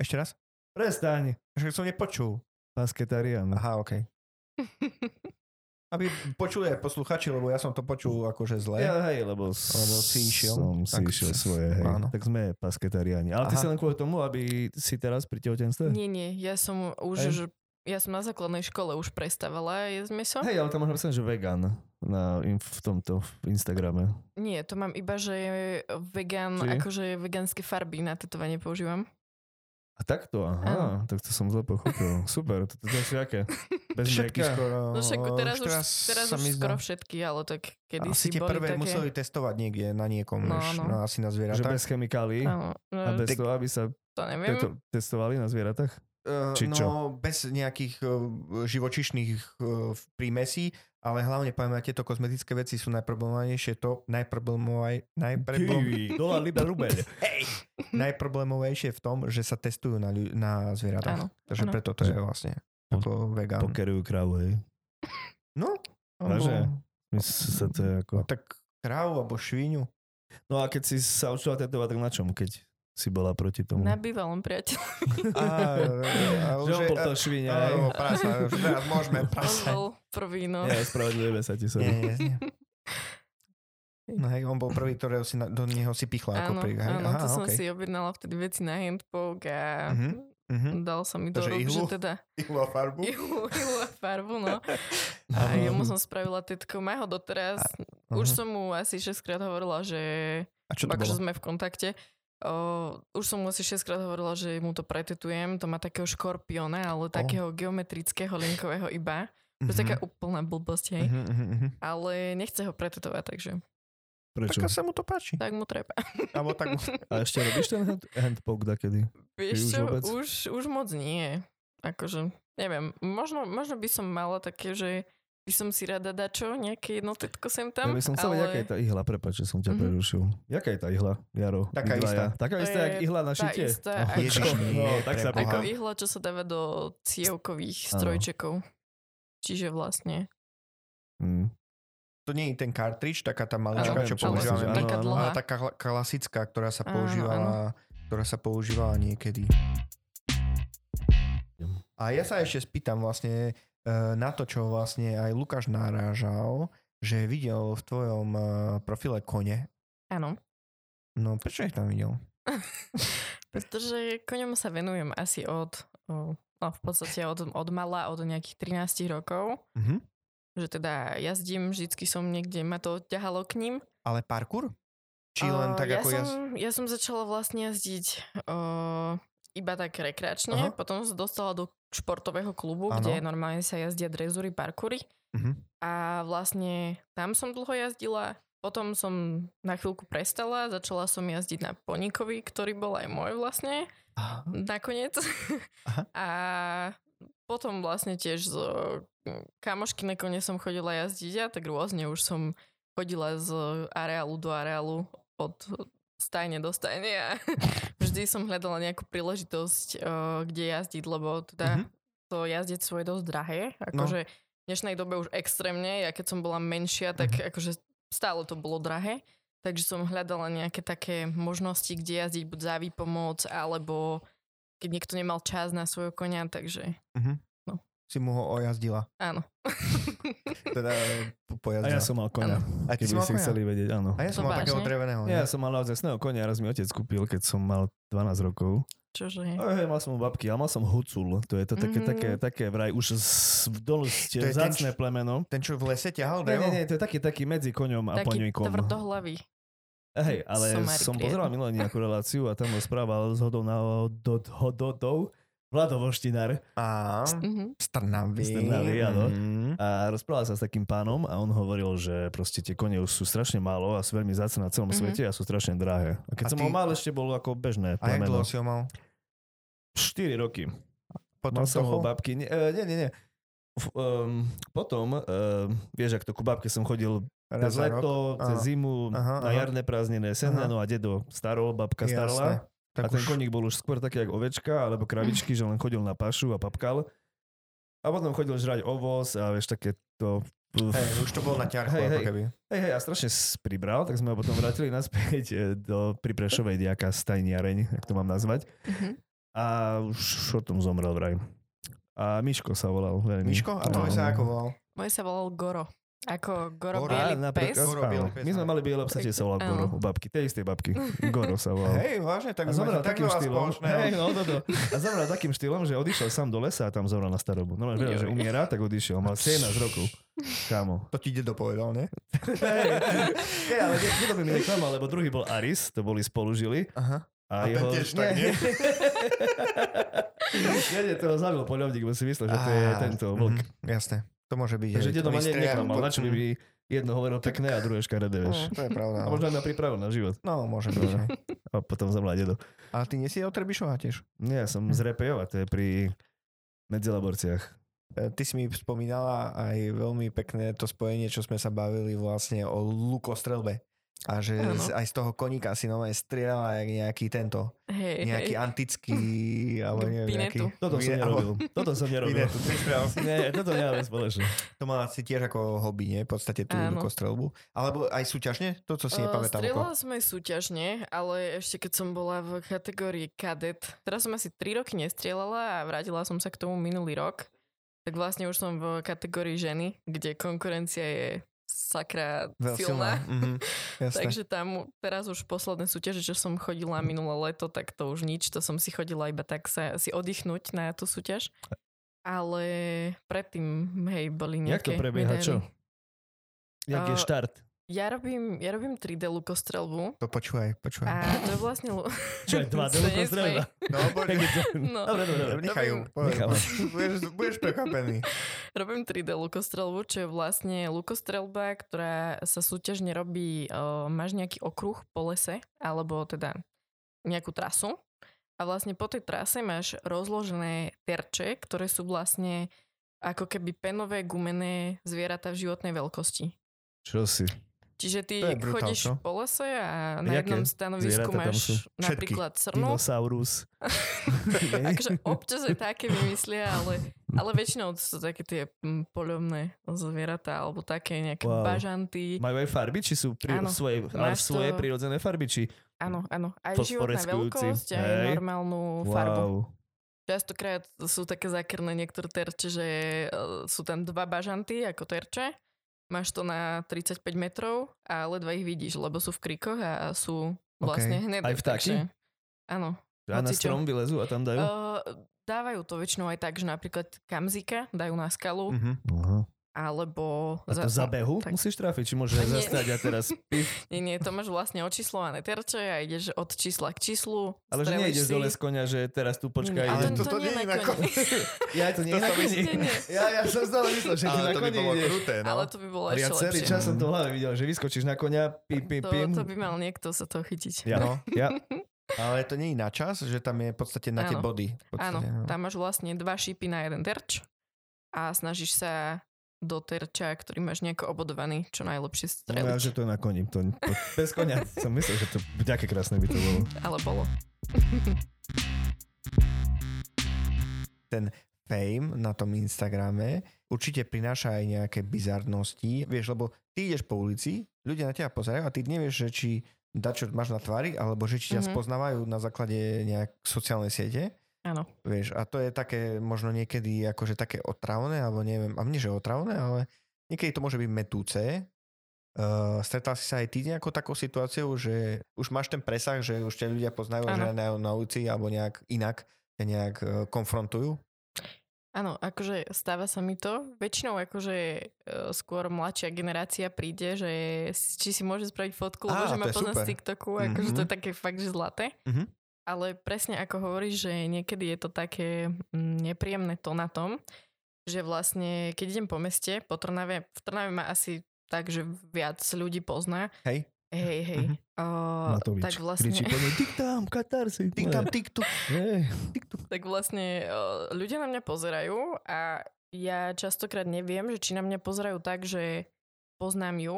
ešte raz? Prestaň. Že som nepočul. Pasketarián. Aha, OK. Aby počuli aj posluchači, lebo ja som to počul akože zle. Ja, hej, lebo, Lebo si išiel. Som si Tak- išiel svoje, hej. Áno. Tak sme pasketariáni. Ale ty Aha. si len kvôli tomu, aby si teraz pri tehotenstve? Nie, nie, ja som Hej. už, že, ja som na základnej škole už prestávala jesť meso. Hej, ale tam máš napísané, že vegan na, in, v tomto v Instagrame. Nie, to mám iba, že vegan, Či? akože vegánske farby na tetovanie používam. A takto, aha, tak to som zle pochopil. Super, to, to, to je aké? Bez Všetky mlieka? skoro... No však teraz, už, teraz sa už mi zdá. skoro všetky, ale tak kedy Asi tie si boli prvé také... museli testovať niekde na niekom, no, No, no. no no. asi na Že zvieratách. bez chemikálií? A Áno, no, bez toho, aby sa to neviem. tieto testovali na zvieratách? Eh, Či čo? No, bez nejakých eh, živočišných eh, v- prímesí, ale hlavne poviem, aj tieto kozmetické veci sú najproblemovejšie to, najproblemovaj, najproblem, dolar, libra, rubel. najproblemovejšie v tom, že sa testujú na, ľu- na zvieratách. Áno, Takže áno. preto to je vlastne ako vegan. Pokerujú kravu, hej. No, Váže? alebo, Myslím, sa to je ako... no, tak krávu alebo švíňu. No a keď si sa učila tetovať, tak na čom, keď si bola proti tomu? Na bývalom priateľ. A, a, Že on bol to švinia, hej? Áno, prasa, už teraz môžeme On prasa. bol prvý, no. Nie, spravedlivíme sa ti, Nie, sorry. nie, nie. No hej, on bol prvý, ktorého si na, do neho si pichla ako Áno, pri... Hej? áno, Aha, to som okej. si objednala vtedy veci na handpoke a Mhm, mhm. dal som mi do Takže rúk, že ihlu? teda Ihlo farbu. ihlu, ihlu a farbu, no. A jemu som spravila tetko, má ho doteraz. Už som mu asi 6 krát hovorila, že Mhm. A čo to bolo? akože sme v kontakte. O, už som mu asi 6 krát hovorila, že mu to pretetujem. To má takého škorpiona, ale takého geometrického, linkového iba. To je taká úplná blbosť, hej. Mhm, mhm, mhm. Ale nechce ho pretetovať, takže Prečo? Tak sa mu to páči. tak mu treba. Alebo tak mu... A ešte robíš ten hand, handpoke dakedy? Vieš už čo, vôbec? už, už moc nie. Akože, neviem, možno, možno by som mala také, že by som si rada dačo, nejaké jednotetko sem Ja tam. by som chcel, ale... jaká je tá ihla, prepáč, že som ťa Mhm. prerušil. Jaká je tá ihla, Jaro? Taká Vy dvaja? Taká To istá, je jak ihla na tá šite? istá, Aha, ako- Ježiš, čo? nie, tak sa preboha. Ako pýtam. Aha. ihla, čo sa dáva do cievkových Áno. strojčekov. Čiže vlastne. Mm. To nie je ten cartridge, taká tá malička, Áno, viem, čo čo myslíš, používame. áno, taká áno. dlhá. Ale taká hla- klasická, ktorá sa Áno, používala, ktorá sa používala niekedy. A ja sa ešte spýtam vlastne e, na to, čo vlastne aj Lukáš narážal, že videl v tvojom e, profile kone. Áno. No prečo ich tam videl? Pretože koňom sa venujem asi od, o, no v podstate od, od mala, od nejakých 13 rokov. Mhm. Že teda jazdím, vždycky som niekde, ma to ťahalo k ním. Ale parkour? Či len A tak ja ako som, ja... s- ja som začala vlastne jazdiť o, iba tak Aha. rekreačne, potom som sa dostala do športového klubu, Áno. kde normálne sa jazdia drezury, parkúry. Mhm. A vlastne tam som dlho jazdila. Potom som na chvíľku prestala, začala som jazdiť na Ponikovi, ktorý bol aj môj vlastne, Aha. nakoniec. Aha. A potom vlastne tiež z kamošky na kone som chodila jazdiť a tak rôzne už som chodila z areálu do areálu od stajne do stajne a vždy som hľadala nejakú príležitosť, eh, kde jazdiť, lebo teda Mhm. No. to jazdectvo je dosť drahé. Akože v dnešnej dobe už extrémne, ja keď som bola menšia, tak Mhm. akože stále to bolo drahé. Takže som hľadala nejaké také možnosti, kde jazdiť buď za výpomoc, alebo keď niekto nemal čas na svojho konia, takže Si mu ho ojazdila. áno. Teda e, po- A pojazdila. ja som mal konia, A ty si keby mal ste konia? chceli vedieť, áno. A ja som To mal vážne? takého dreveného. Ja ne? som mal naozaj sného konia, raz mi otec kúpil, keď som mal 12 rokov. Čože? E, mal som u babky, ale mal som hucul. To je to také, Mhm. také, také vraj už z, dosť To je ten vzácne č- plemeno. Ten, čo v lese ťahal Nie, drevo? nie, nie, to je taký, taký medzi koňom a Taký poňujkom. tvrdohlavý. Hej, ale Somárik som jeden. pozeral minulé nejakú reláciu a tam rozprával s hodou na do, ho, do, do, Vlado Voštinar A Mhm. Strnavy. Z Trnavy, áno. Mhm. a rozprával sa s takým pánom a on hovoril, že proste tie kone už sú strašne málo a sú veľmi zácne na celom Mhm. svete a sú strašne drahé. A A keď som ty- ho mal, ešte bol ako bežné A jak plemeno. dlho si ho mal? 4 roky. Potom Mal som ho u toho? babky. Nie, e, nie, nie. nie. F- Um, potom, um, vieš, ak to ku babke som chodil Raz cez za rok? leto, Áno. cez zimu, Aha, na aha. jarné prázdniny, senné, Aha. no a dedo starol, babka starla. Jasné. Tak a ten už... koník bol už skôr taký ako ovečka alebo kravičky, že len chodil na pašu a papkal. A potom chodil žrať ovoz a vieš takéto... Hej, už to bol na ťarchu, Hej, ako hej. keby. Hej, hej, a strašne s- pribral, tak sme ho potom vrátili naspäť e, do Priprešovej diaka stajniareň, ak to mám nazvať. Mhm. A už o tom zomrel vraj. A Miško sa volal veľmi. Miško? A no, tvoj sa ako volal? Môj sa volal Goro. Ako Goro, Goro. bielý Á, napríklad- pes. Goro, áno. bielý pes, My sme áno. mali biele psa, tiež sa volal Áno. Goro u babky, tej istej babky. Goro sa volal. Hej, vážne, tak No. A my zomrel máte tak takým veľa štýlom. spoločného. Hej, no, toto. A zomrel takým štýlom, že odišiel sám do lesa a tam zomrel na starobu. No len vedel, že Joj. umiera, tak odišiel. Mal 17 rokov. Kámo. To ti dedo povedal, ne? Hej, Hej, ale nie, nikto by mi neklamal, lebo druhý bol Aris, to boli spolužili. Aha. A ten jeho... tiež tak, nie? Nie, nie, toho zabil poľovník, lebo si myslel, že to je Á, tento vlk. mhm, Jasné, to môže byť. Takže hej, dedo ma ktorý ne- strieľa- neklamal, na čo by Mhm, mi jedno hovoril pekné a druhé škaredé, vieš. To je pravda. A no. možno aj ma pripravil na život. No, môže byť. hej. A potom zomrel aj dedo. Ale ty nie si od Trebišova tiež. Nie, ja som Hm. z Repejova, to je pri medzilaborciach. E, Ty si mi spomínala aj veľmi pekné to spojenie, čo sme sa bavili vlastne o lukostrelbe. A že Áno. z, aj z toho koníka si nové strieľala jak nejaký tento, Hej, nejaký hej. antický, alebo neviem, nejaký... E, Pinetu. Toto som Vine- alebo- nerobil. Toto som nerobil. Pinetu, ty strieľal si. Nie, toto nemáme spoločné. To má asi tiež ako hobby, nie? V podstate tú Áno. lukostrelbu. Alebo aj súťažne? To, čo si Eh, nepamätám. Strieľala som aj súťažne, ale ešte keď som bola v kategórii kadet. Teraz som asi 3 roky nestrieľala a vrátila som sa k tomu minulý rok. Tak vlastne už som v kategórii ženy, kde konkurencia je sakra Veľmi silná. Mhm, jasné. Takže tam teraz už posledné súťaže, čo som chodila Hm. minulé leto, tak to už nič, to som si chodila iba tak sa, si oddychnúť na tú súťaž. Ale predtým, hej, boli Jak nejaké to prebieha, medaily. čo? Jak je A- štart? Ja robím, ja robím 3D lukostrelbu To počúvaj, a počúvaj. to je vlastne... lu- Čo je dva Sa do nesmej. strelba? No, poď, No, Dobre, dobre, dobre. nechajú. Robím- povedz, no. Nechám. Budeš, budeš prekvapený. robím 3D lukostrelbu, čo je vlastne lukostrelba, ktorá sa súťažne robí, o, máš nejaký okruh po lese, alebo teda nejakú trasu a vlastne po tej trase máš rozložené terče, ktoré sú vlastne ako keby penové gumené zvieratá v životnej veľkosti. Čo si? Čiže ty To je brutál, chodíš čo? po lese a na Jaké jednom stanovisku zvieratá tam sú? máš Všetky. napríklad srnu, Dinosaurus. Akože občas aj také vymyslia, ale, ale väčšinou to sú také tie mm, poľovné zvieratá alebo také nejaké Wow. wow. bažanty. Majú aj farby, či sú pri, Áno. svoje, ale Máš svoje to- prírodzené farby, či... Áno, áno. Aj životná Fosforeskujúci, veľkosť, aj hej. normálnu farbu. Wow. Častokrát sú také zákerné niektoré terče, že e, sú tam dva bažanty ako terče. Máš to na 35 metrov a ledva ich vidíš, lebo sú v krikoch a sú vlastne Okej. hnedé. Aj vtáky? takže- Áno. A na Hocičo. strom vylezú a tam dajú? Uh, dávajú to väčšinou aj tak, že napríklad kamzika dajú na skalu, Mhm. Aha. alebo... A to za behu Tak. musíš trafiť, či môžeš Nie. zastať a teraz pif, Nie, nie, to máš vlastne očíslované terče a ideš od čísla k číslu. ale že strelíš nejdeš si. dole z konia, že teraz tu počkaj. Nie, Ale idem. to, toto to nie je nie na je na koni. Ja to nie To na sa koni. mi- nie, nie. Ja, ja som stále myslel, že Ale na to by koni bolo ideš. kruté, no. Ale to by bolo Ale ja ešte celý lepšie. čas som to v hlave videl, že vyskočíš na konia, pim, pim, to, pim. to by mal niekto sa to chytiť. Ja. No, ja. ale to nie je na čas, že tam je v podstate na tie Áno. body. v Áno, podstate, no. tam máš vlastne dva šípy na jeden terč a snažíš sa do terča, ktorý máš nejako obodovaný, čo najlepšie No, ja, streliť. že to je na koni. To, to, bez konia som myslel, že to také krásne by to bolo. Ale bolo. fame na tom Instagrame určite prináša aj nejaké bizarnosti. Vieš, lebo ty ideš po ulici, ľudia na teba pozerajú a ty nevieš, že či dačo máš na tvári, alebo že či ťa Mhm. mm-hmm. spoznávajú na základe nejak sociálnej siete. Áno. Vieš, a to je také možno niekedy akože také otravné, alebo neviem, a mne, že otravné, ale niekedy to môže byť metúce. Uh, stretla si sa aj ty nejakou takou situáciou, že už máš ten presah, že už ťa ľudia poznajú, a že Áno. na, na ulici alebo nejak inak ťa nejak uh, konfrontujú? Áno, akože stáva sa mi to. Väčšinou akože e, skôr mladšia generácia príde, že s- či si môže spraviť fotku, lebo Á, že to ma je pozná super. z TikToku, akože to je Mhm. také fakt, že zlaté. Mhm. Ale presne ako hovoríš, že niekedy je to také mm, nepríjemné to na tom, že vlastne keď idem po meste, po Trnave, v Trnave ma asi tak, že viac ľudí pozná. Hej? Hej, hej. Mhm. O, Matovič. tak vlastne... Kričí po nej, tik tam, katar si. Tik tam, tik tu. Hej. tak vlastne e, ľudia na mňa pozerajú a ja častokrát neviem, že či na mňa pozerajú tak, že poznám ju,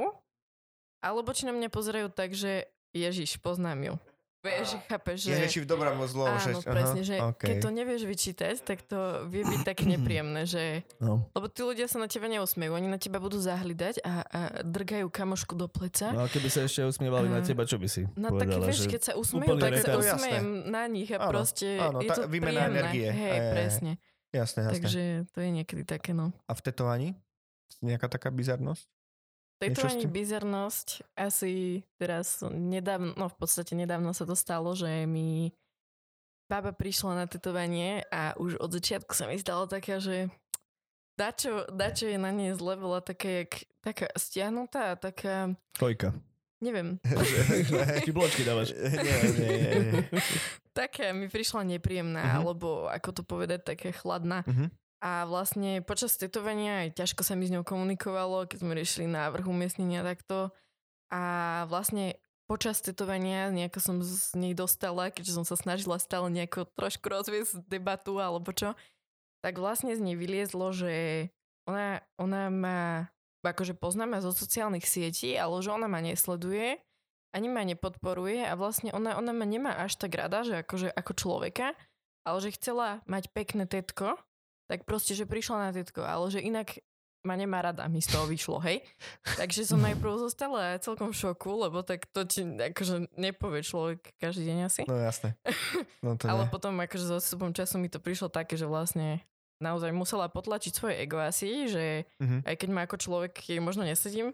alebo či na mňa pozerajú tak, že Ježiš, poznám ju. Vieš, chápeš, že... Že... Je v dobrom a zlom. že... Áno, aha, presne, že okej. keď to nevieš vyčítať, tak to vie byť také nepríjemné, že... No. Lebo tí ľudia sa na teba neusmejú, oni na teba budú zahlidať a, a drgajú kamošku do pleca. no a keby sa ešte usmievali na Eh, teba, čo by si No tak povedala? že... vieš, keď sa usmejú, úplný tak sa retard. usmejem na nich a Áno, proste áno, je tá to výmena príjemné. energie. Hej, Aj, aj, aj. presne. Jasné, jasné. Takže... Takže to je niekedy také, no. A v tetovaní? Nejaká taká bizarnosť? Niečo Tejto s ani tým? bizarnosť asi teraz nedávno, no v podstate nedávno sa to stalo, že mi baba prišla na tetovanie a už od začiatku sa mi zdalo taká, že dačo, dačo je na nej zle, bola také, jak, taká stiahnutá a taká, Kojka. neviem, Ti bločky dávaš. nie, nie, nie. nie. taká mi prišla nepríjemná, Mhm. alebo ako to povedať, také chladná. Mhm. A vlastne počas tetovania aj ťažko sa mi s ňou komunikovalo, keď sme riešili návrh umiestnenia takto. A vlastne počas tetovania nejako som z nej dostala, keďže som sa snažila stále nejako trošku rozviesť debatu alebo čo, tak vlastne z nej vyliezlo, že ona, ona má, akože poznáme zo sociálnych sietí, ale že ona ma nesleduje, ani ma nepodporuje a vlastne ona, ona ma nemá až tak rada, že akože ako človeka, ale že chcela mať pekné tetko, tak proste, že prišla na tetko, ale že inak ma nemá rada, mi z toho vyšlo, hej. Takže som najprv zostala celkom v šoku, lebo tak to ti akože nepovie človek každý deň asi. No jasné. No to Ale nie. potom akože s odstupom času mi to prišlo také, že vlastne naozaj musela potlačiť svoje ego asi, že Mhm. aj keď ma ako človek jej možno nesedím,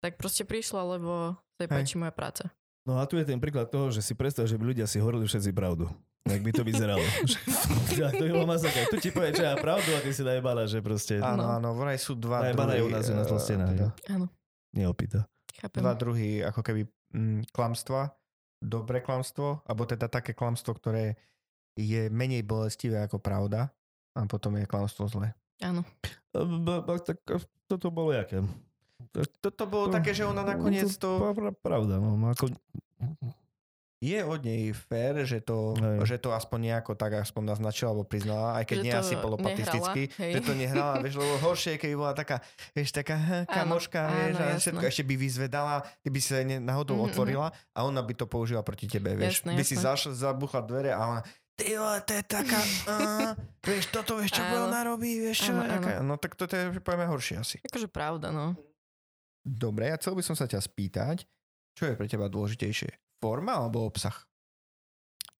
tak proste prišla, lebo sa jej Hej. páči moja práca. No a tu je ten príklad toho, že si predstav, že by ľudia si hovorili všetci pravdu. Tak by to vyzeralo. ja, to by bolo masaker. Tu ti povie, že ja pravdu a ty si najbala, že proste Áno, No. Hm. áno, vraj sú dva Aj bana je druhy, u nás, je na eh, Tlastená, teda, Áno, neopýta. chápem. Dva druhy, ako keby mm, klamstva, dobré klamstvo, alebo teda také klamstvo, ktoré je menej bolestivé ako pravda a potom je klamstvo zlé. Áno. Eh, Tak toto bolo jaké? Toto bolo také, že ona No, nakoniec to... Pravda, no. Ako... je od nej fér, že to, Hej. že to aspoň nejako tak aspoň naznačila alebo priznala, aj keď Že nie to asi polopatisticky, nehrala, hej. že to nehrala, vieš, lebo horšie, je, keby bola taká, vieš, taká hm, kamoška, áno, vieš, a jasné. všetko ešte by vyzvedala, ty by sa jej ne- náhodou Mhm, mhm. otvorila a ona by to použila proti tebe, vieš. Jasné, by si jasné. zašla, zabuchla dvere a ona, ty vole, to je taká, á, vieš, toto, vieš, čo Áno. ona robí, vieš, čo, Áno, taká, no tak toto je, povieme, horšie asi. Akože pravda, no. Dobre, a chcel by som sa ťa spýtať, čo je pre teba dôležitejšie? Forma alebo obsah?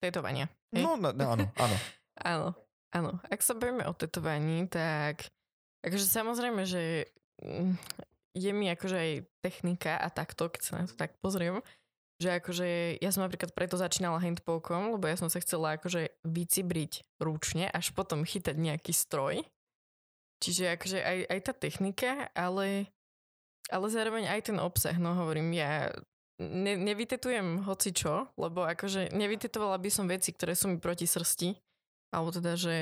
Tetovania. Hej. No, no, no áno, áno. Áno. Áno, ak sa bavíme o tetovaní, tak akože samozrejme, že mm, je mi akože aj technika a takto, keď sa na to tak pozriem, že akože ja som napríklad preto začínala handpokom, lebo ja som sa chcela akože vycibriť ručne, až potom chytať nejaký stroj. Čiže akože aj, aj tá technika, ale, ale zároveň aj ten obsah, no hovorím, ja ne, nevytetujem hoci čo, lebo akože nevytetovala by som veci, ktoré sú mi proti srsti, alebo teda, že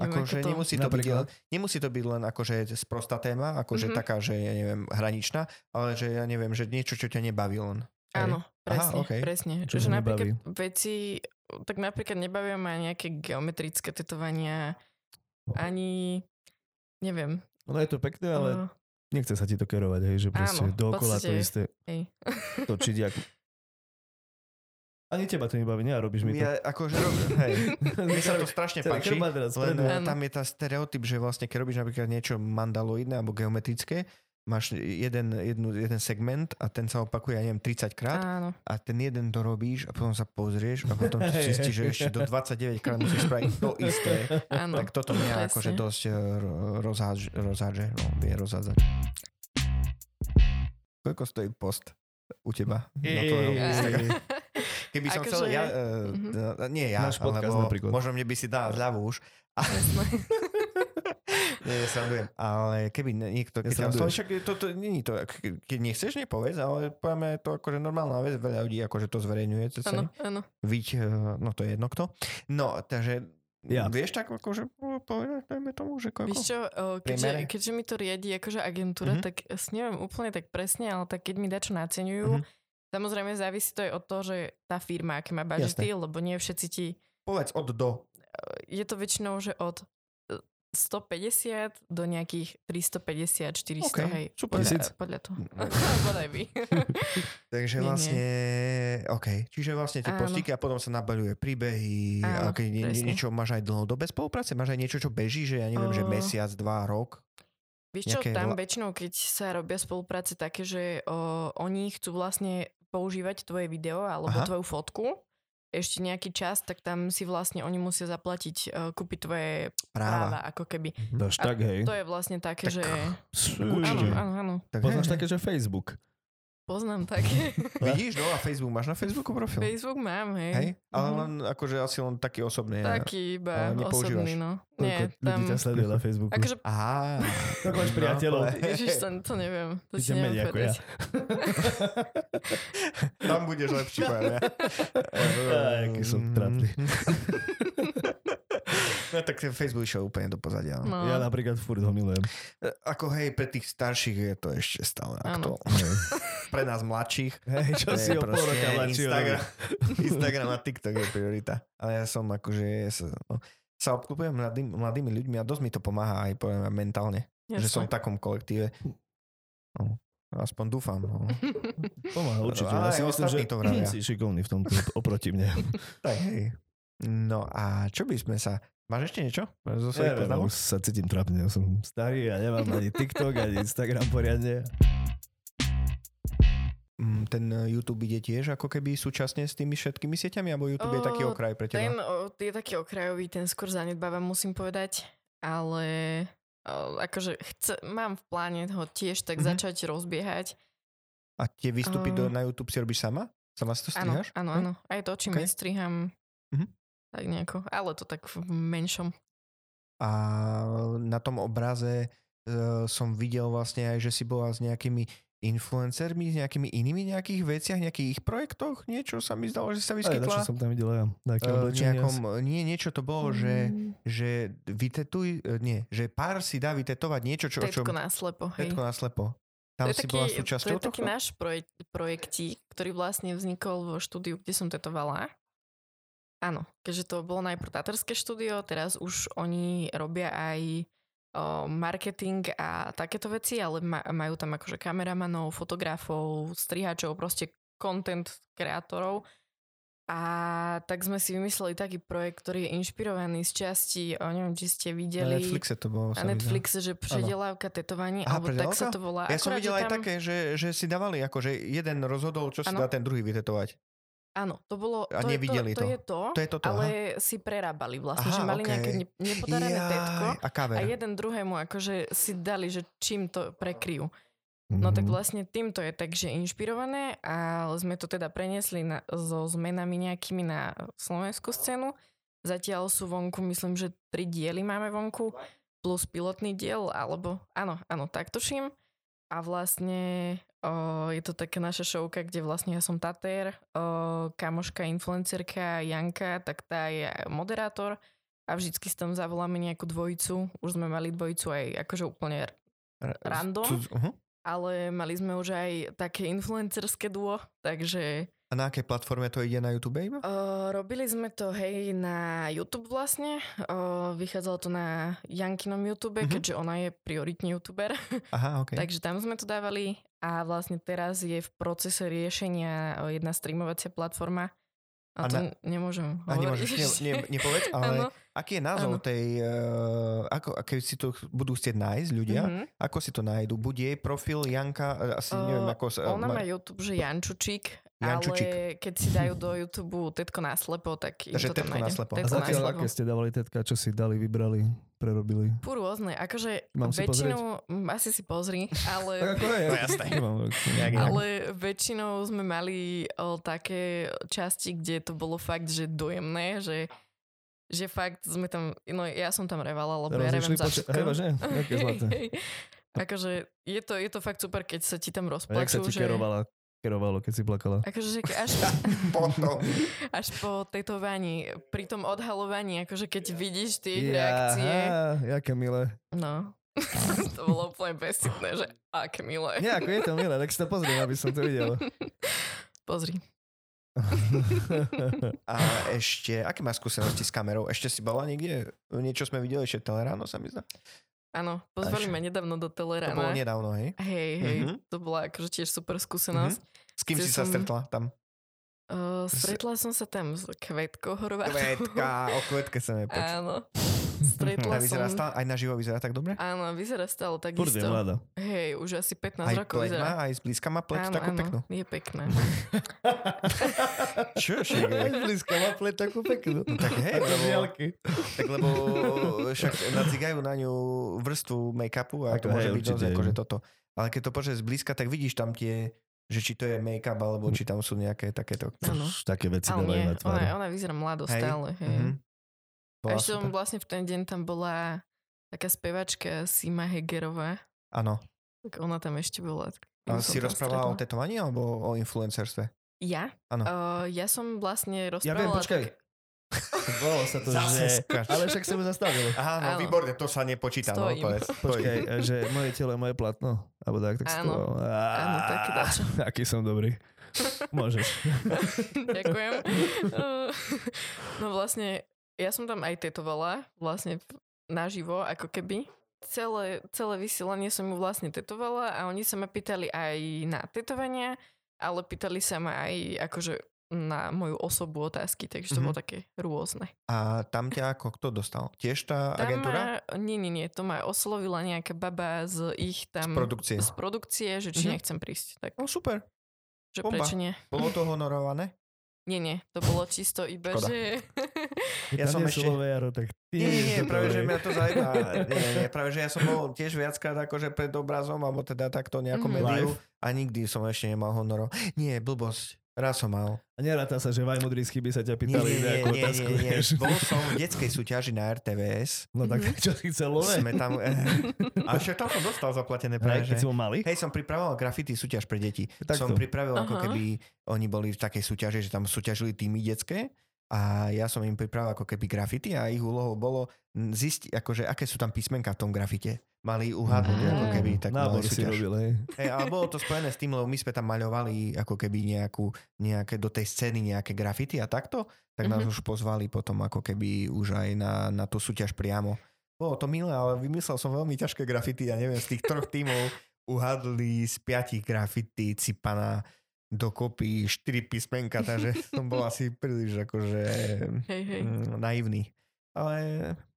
Neviem, Akože ako to- nemusí, to byť Napríklad. len, nemusí to byť len akože sprostá téma, akože Mhm. mm-hmm. taká, že ja neviem, hraničná, ale že ja neviem, že niečo, čo ťa nebaví len. Hej. Áno, presne, Aha, okej. okay. presne. Čo že ťa napríklad veci, tak napríklad nebavia ma nejaké geometrické tetovania, ani, neviem. Ono je to pekné, ale eh, nechce sa ti to kerovať, hej, že proste Áno, v dookola to podstate. isté hej. točiť. Jak... Ani teba to nebaví, ne? A robíš mi to. Ja akože robím, hej. Mne sa to strašne Teda páči, krba teraz len predu. eh, tam je tá stereotyp, že vlastne keď robíš napríklad niečo mandaloidné alebo geometrické, máš jeden, jednu, jeden segment a ten sa opakuje, ja neviem, 30 krát Áno, a ten jeden dorobíš a potom sa pozrieš a potom Hej, si zistíš, že hej. ešte do 29 krát musíš spraviť to isté. áno. Tak toto mňa Presne. akože dosť eh, ro- rozháž, rozhádže, no, vie rozhádzať. Koľko stojí post u teba? No Na tvojom Ej. Instagrame? Keby som Akože- chcel, ja, uh, Mhm. nie ja, Náš podcast alebo napríklad. možno mne by si dal zľavu už. A, Jasné. nie, ja srandujem. Ale keby ne- niekto... Keď ja Nesranduješ. však to, to, nie je to, ke- keď nechceš, nepovedz, ale povieme to akože normálna vec, veľa ľudí akože to zverejňuje. To Áno, sa, áno. viť, eh, no to je jedno kto. No, takže Ja. vieš tak akože povedať, dajme tomu, že koľko? Víš čo, eh, keďže, Priemere? keďže mi to riadi akože agentúra, Mhm. mm-hmm. tak s neviem úplne tak presne, ale tak keď mi dačo naceňujú, Mhm. mm-hmm. samozrejme závisí to aj od toho, že tá firma, aké má budžety, lebo nie všetci ti Povedz od do. je to väčšinou, že od eh, 150 do nejakých 350, 400, Okej, hej. super. Mm, Tisíc? Podľa, podľa toho. podľa by. Takže Nie, nie. vlastne, OK. Čiže vlastne tie Áno. postiky a potom sa nabaľuje príbehy a Áno, keď nie, nie, presne. niečo máš aj dlhodobé spolupráce, máš aj niečo, čo beží, že ja neviem, že Eh. mesiac, dva, rok. Vieš čo, Nejaké tam rela- väčšinou, keď sa robia spolupráce také, že o, oni chcú vlastne používať tvoje video alebo Aha. Aha. tvoju fotku ešte nejaký čas, tak tam si vlastne oni musia zaplatiť, eh, kúpiť tvoje Práva. práva, ako keby. Dáš A tak, hej. To je vlastne také, Tak, že... Psú. Áno, určite. áno, áno. Tak, Poznáš také, že Facebook. Poznám také. Vidíš, no a Facebook, máš na Facebooku profil? Facebook mám, hej. No. Hej? Ale Mhm. len akože asi len taký osobný. Taký iba Ale nepoužívaš. osobný, no. Koľko Nie, ľudí tam... ťa sleduje na Facebooku. Akože, Á. Koľko no, máš priateľov? ale- ježiš, to, to neviem. To Ty si ťa neviem menej ako ja. povedať. Tam budeš lepší, pane. Á, aký som trápny. No tak ten Facebook išiel úplne do pozadia. No. No, Ja napríklad furt ho milujem. E, Ako hej, pre tých starších je to ešte stále Áno. aktuálne. Pre nás mladších. Hej, čo si o je pol proste roka mladší od Instagram, Instagram a TikTok je priorita. Ale ja som akože ja sa, no, sa obklupujem mladým, mladými ľuďmi a dosť mi to pomáha aj poviem, aj mentálne. Že som v takom kolektíve. No, aspoň dúfam. No. Pomáha určite. Ja Ale si aj myslím, že ostatní to vravia. si šikovný v tomto oproti mne. Tak hej. No a čo by sme sa... Máš ešte niečo? Zo svojich Neviem, no. poznámok? už sa cítim trápne, ja som starý a nemám ani TikTok, ani Instagram poriadne. Mm, Ten e, YouTube ide tiež ako keby súčasne s tými všetkými sieťami, alebo YouTube je taký O, okraj pre Ten teba? o, je taký okrajový, ten skôr zanedbávam, musím povedať, ale o, akože chce, mám v pláne ho tiež tak Mhm. začať rozbiehať. A tie výstupy do, Ehm. na YouTube si robíš sama? Sama si to Áno, strihaš? áno, Hm? áno. Aj to, čím Okej. okay. striham, Mhm. tak nejako. Ale to tak v menšom. A na tom obraze e, som videl vlastne aj, že si bola s nejakými influencermi, s nejakými inými nejakých veciach, nejakých ich projektoch, niečo sa mi zdalo, že sa Aj, na čo vyskytla. som tam videl ja. Také E, v oblečenie. nejakom, nie, niečo to bolo, že, Mm, že vytetuj, e, nie, že pár si dá vytetovať niečo, čo, čo Tetko náslepo, hej. Tetko na slepo. Tam to je si taký, bola to súčasťou je taký tohto? náš projek- projektík, ktorý vlastne vznikol vo štúdiu, kde som tetovala. Áno, keďže to bolo najprv tatarské štúdio, teraz už oni robia aj o, marketing a takéto veci, ale ma- majú tam akože kameramanov, fotografov, strihačov, proste content kreatorov. A tak sme si vymysleli taký projekt, ktorý je inšpirovaný z časti, o, neviem, či ste Na videli... Netflixe to bolo. na som videl. Netflixe, že predelávka tetovaní, Aha, alebo tak predelávka? sa to volá. Ja som Akurát, videl že aj tam- také, že, že si dávali, ako že akože jeden rozhodol, čo si Áno. dá ten druhý vytetovať. Áno, to bolo... A to nevideli je to. to, to. je to, To je toto, No, ale si prerábali Aha, vlastne, Aha, že mali okej. okay. nejaké ne- nepodarené Jaj, tetko A kaver. a jeden druhému akože si dali, že čím to prekryjú. Mhm. No tak vlastne týmto je takže inšpirované a sme to teda preniesli na, so zmenami nejakými na slovenskú scénu. Zatiaľ sú vonku, myslím, že tri diely máme vonku, plus pilotný diel, alebo áno, áno, tak tuším. A vlastne o, je to taká naša šovka, kde vlastne ja som Tatér, o, kamoška, influencerka Janka, tak tá je moderátor a vždycky si tam zavoláme nejakú dvojicu. Už sme mali dvojicu aj akože úplne random. Cud- aha. ale mali sme už aj také influencerské duo, takže A na akej platforme to ide na YouTube iba? uh, robili sme to hej na YouTube vlastne. Uh, vychádzalo to na Jankinom Mhm. YouTube, mm-hmm. keďže ona je prioritný YouTuber, Aha, ok. takže tam sme to dávali a vlastne teraz je v procese riešenia uh, jedna streamovacia platforma. A A, a to na- na... nemôžem A nemôžeš, ne, hovoriť. ne, nepovedz, Áno. ale aký je názov Áno. tej, uh, ako, a keď si to ch- budú chcieť nájsť ľudia, Mhm. ako si to nájdu? Buď jej profil Janka, e, asi Eh, neviem, ako sa... Ona ma- má YouTube, že Jančučík, Jančučík. ale keď si dajú do YouTube tetko naslepo, tak im Takže to tam tetko nájde. naslepo. A A Tetko zatiaľ, naslepo. aké ste dávali tetka, čo si dali, vybrali, prerobili? Fú, rôzne. Akože Mám si väčšinou, mm, asi si pozri, ale, ako je? No jasné. Nemám Jak je. ale väčšinou sme mali o, také časti, kde to bolo fakt, že dojemné, že, že fakt sme tam, no ja som tam revala, lebo ja Rozišli revem za poč- Hej, všetko. vážne? Aké zlaté. akože je to, je to fakt super, keď sa ti tam A jak sa rozplačú, ti že... kerovala, kerovalo, keď si plakala? Akože že až, Potom. až po tetovaní, pri tom odhalovaní, akože keď vidíš tie ich Jaha, reakcie, Jaké milé. no, to bolo úplne besitné, že ak milé. Nie, ako je to milé, tak si to pozriem, aby som to videl. Pozri. A ešte, aké má skúsenosti s kamerou? Ešte si bola niekde? Niečo sme videli ešte teleráno, sa mi zdá. Áno, pozvali Až. ma nedávno do To bolo Telerána. nedávno, hej? Hej, hej, Mhm. to bola akože tiež super skúsenosť. S kým Chcel si sa som- stretla tam? Uh, stretla som sa tam s Kvetkou Horvátovou. Kvetka, o kvetke sa nepočul. Áno. A Stretla vyzerá som... stále, aj naživo vyzerá tak dobre? Áno, vyzerá stále Furt je takisto. mladá. Hej, už asi 15 Aj rokov pleť vyzerá. má, aj zblízka má pleť takú peknú. je pekná. Čo, však je? blízka má pleť takú peknú. No tak hej, Ako lebo, bielky. tak lebo eh, však nadzigajú na ňu vrstvu make-upu a Ako to môže hej, byť dosť určite. akože toto. Ale keď to počuješ zblízka, tak vidíš tam tie, že či to je make-up, alebo či tam sú nejaké takéto. Áno. Už také veci Ale dávajú nie, na tvár. ona, ona vyzerá mlado no. Hej. stále. Hej. Mhm. Bola A ešte som super. vlastne v ten deň tam bola taká spevačka Sima Hegerová. Áno. Tak ona tam ešte bola. tak ju A som si tam rozprávala o stretla. tetovaní alebo o influencerstve? Ja? Áno. Uh, ja som vlastne Ja rozprávala... viem, počkaj. tak- Volalo sa to, že... skač. Ale však sa mi zastavilo. Aha, no Áno. výborne, to sa nepočíta. No, Stojím. povedz, Počkaj, e, stojím. že moje telo je moje platno. Alebo tak, tak si Áno. to- Áno, tak Á, dačo. Aký som dobrý. Môžeš. Ďakujem. Eh, No vlastne, ja som tam aj tetovala, vlastne v- naživo, ako keby. Celé, celé vysielanie som ju vlastne tetovala a oni sa ma pýtali aj na tetovania, ale pýtali sa ma aj akože na moju osobu otázky, takže to Mhm. bolo také rôzne. A tam ťa ako kto dostal? Tiež tá Tam agentúra? Ma, nie, nie, nie, to ma oslovila nejaká baba z ich tam... Produkcie. z produkcie, že či Mhm. nechcem prísť. Tak, No super. že bomba. prečo nie? Bolo to honorované? Nie, nie, to bolo čisto iba, Škoda. že... Ja Tam som nie ešte- Slové jaro, tak ty Nie, nie, nie, ideš do práve, že prvej. mňa to zajíma. Nie, nie, nie, práve, že ja som bol tiež viackrát akože pred obrazom, alebo teda takto nejakom Mhm. mm-hmm. médiu a nikdy som ešte nemal honoro. Nie, blbosť. Raz som mal. A neráta sa, že Vajmudrý z chyby sa ťa Nie, pýtali nie, nie, nejakú nie, nie, otázku. nie. vieš. Bol som v detskej súťaži na RTVS. No tak čo si chcel love? Sme tam... A však tam som dostal Aj zaplatené práve, keď že... si bol malý? Hej, som pripravoval grafity súťaž pre deti. Takto. Som pripravil ako Aha. keby oni boli v takej súťaži, že tam súťažili týmy detské a ja som im pripravil ako keby grafity a ich úlohou bolo mm, zistiť, akože aké sú tam písmenka v tom grafite. Mali uhádnuť Mhm. ako keby tak Nábor Mm. si súťaž. robil, hej. Hej, ale bolo to spojené s tým, lebo my sme tam maľovali ako keby nejakú, nejaké, do tej scény nejaké grafity a takto, tak nás Mhm. už pozvali potom ako keby už aj na, na tú súťaž priamo. Bolo to milé, ale vymyslel som veľmi ťažké grafity, ja neviem, z tých troch tímov uhadli z piatich grafity Cipana dokopy štyri písmenka, takže som bol asi príliš akože Hej, hej. mm, naivný. Ale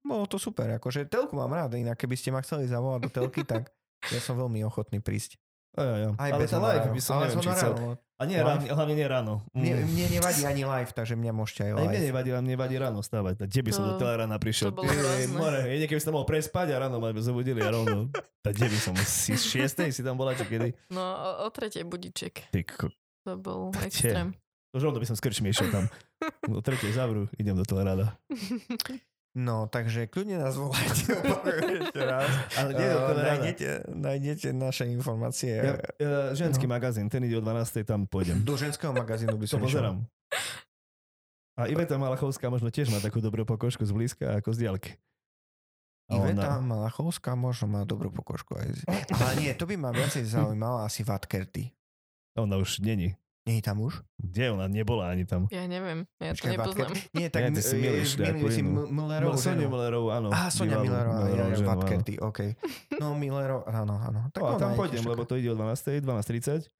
bolo to super, akože telku mám rád, inak keby ste ma chceli zavolať do telky, tak ja som veľmi ochotný prísť. Jo, jo, jo. Aj ale bez tá live honorárov. by som Ale neviem, s či chcel. honorárov. A A nie, ráno, hlavne nie ráno. Mne, mne nevadí ani live, takže mňa môžete aj Mm. Aj live. mne nevadí, ale mne vadí ráno stávať. Tak Kde by som To- do teda rána prišiel? No, to bolo Ty, hrozné. more, jedine keby som mohol prespať a ráno ma zobudili a rovno. Tak kde by som? Si z šiestej si tam bola, čo kedy? No, o, o tretej budíček. Ty, ko- To bol Tete. extrém. už rovno by som skrčmi išiel tam. O tretej zavru, idem do Telerána. No, takže kľudne nás volajte opakujem ešte raz. Ale nie do Eh, Telerána. nájdete, nájdete naše informácie. Ja, eh, ženský magazín, ten ide o 12. tam pôjdem. Do ženského magazínu by To som išiel. pozerám. A Iveta Malachovská možno tiež má takú dobrú pokožku z blízka ako z diaľky. A Iveta ona- Malachovská možno má dobrú pokožku aj. z- Ale nie, to by ma viacej zaujímalo asi Vatkerty. Ona už není. Nie je tam už? Kde ona? Nebola ani tam. Ja neviem, ja to Počkaj, nepoznám. Vatkerty? Nie, tak Nie, ty si eh, miluješ miluješ si nejakú inú. M- Müllerovú Sonia ženu. Millerovú, áno. Á, Sonia bývalú Millerová, ja, Millerovou ja, ženu, áno. Vatkerty, OK. No, Millerov, áno, áno. Tak no, a ona tam je pôjdem, tiež lebo taká- to ide o 12. 12.30.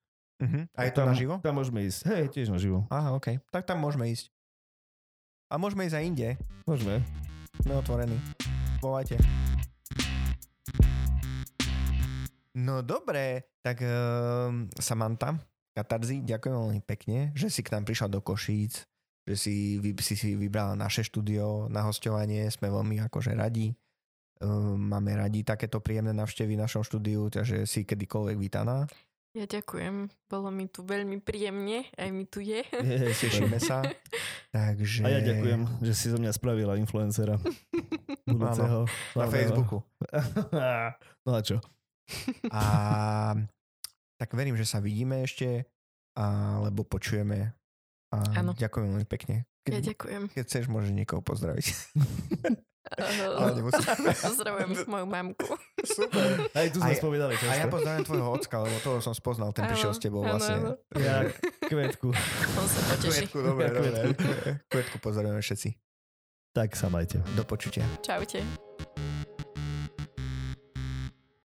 Mhm. A je to tam, naživo? Tam môžeme ísť. Hej, tiež naživo. Aha, OK. Tak tam môžeme ísť. A môžeme ísť aj inde. Môžeme. Sme otvorení. Volajte. No dobre, tak um, Samantha, Katarzi, ďakujem veľmi pekne, že si k nám prišla do Košíc, že si, vy, si si vybrala naše štúdio na hostovanie, sme veľmi akože radi. Um, máme radi takéto príjemné návštevy v našom štúdiu, takže si kedykoľvek vítaná. Ja ďakujem, bolo mi tu veľmi príjemne, aj mi tu je. Je, Tešíme sa. A Takže... ja ďakujem, že si zo mňa spravila influencera. Budúceho. Na slavného. Facebooku. no a čo? A tak verím, že sa vidíme ešte, alebo počujeme. A Áno. ďakujem veľmi pekne. Ja Keď, ďakujem. keď chceš, môžeš niekoho pozdraviť. Ale Eh, nemusíš. Pozdravujem moju mamku. Super. Aj tu sme Aj- spomínali. A ja často. pozdravím tvojho ocka, lebo toho som spoznal, ten prišiel Áno, s tebou áno, áno. vlastne. ja kvetku. On sa poteší. Kvetku, Ja dobre, dobre. Kvetku pozdravujeme všetci. Tak sa majte. Do počutia. Čaute.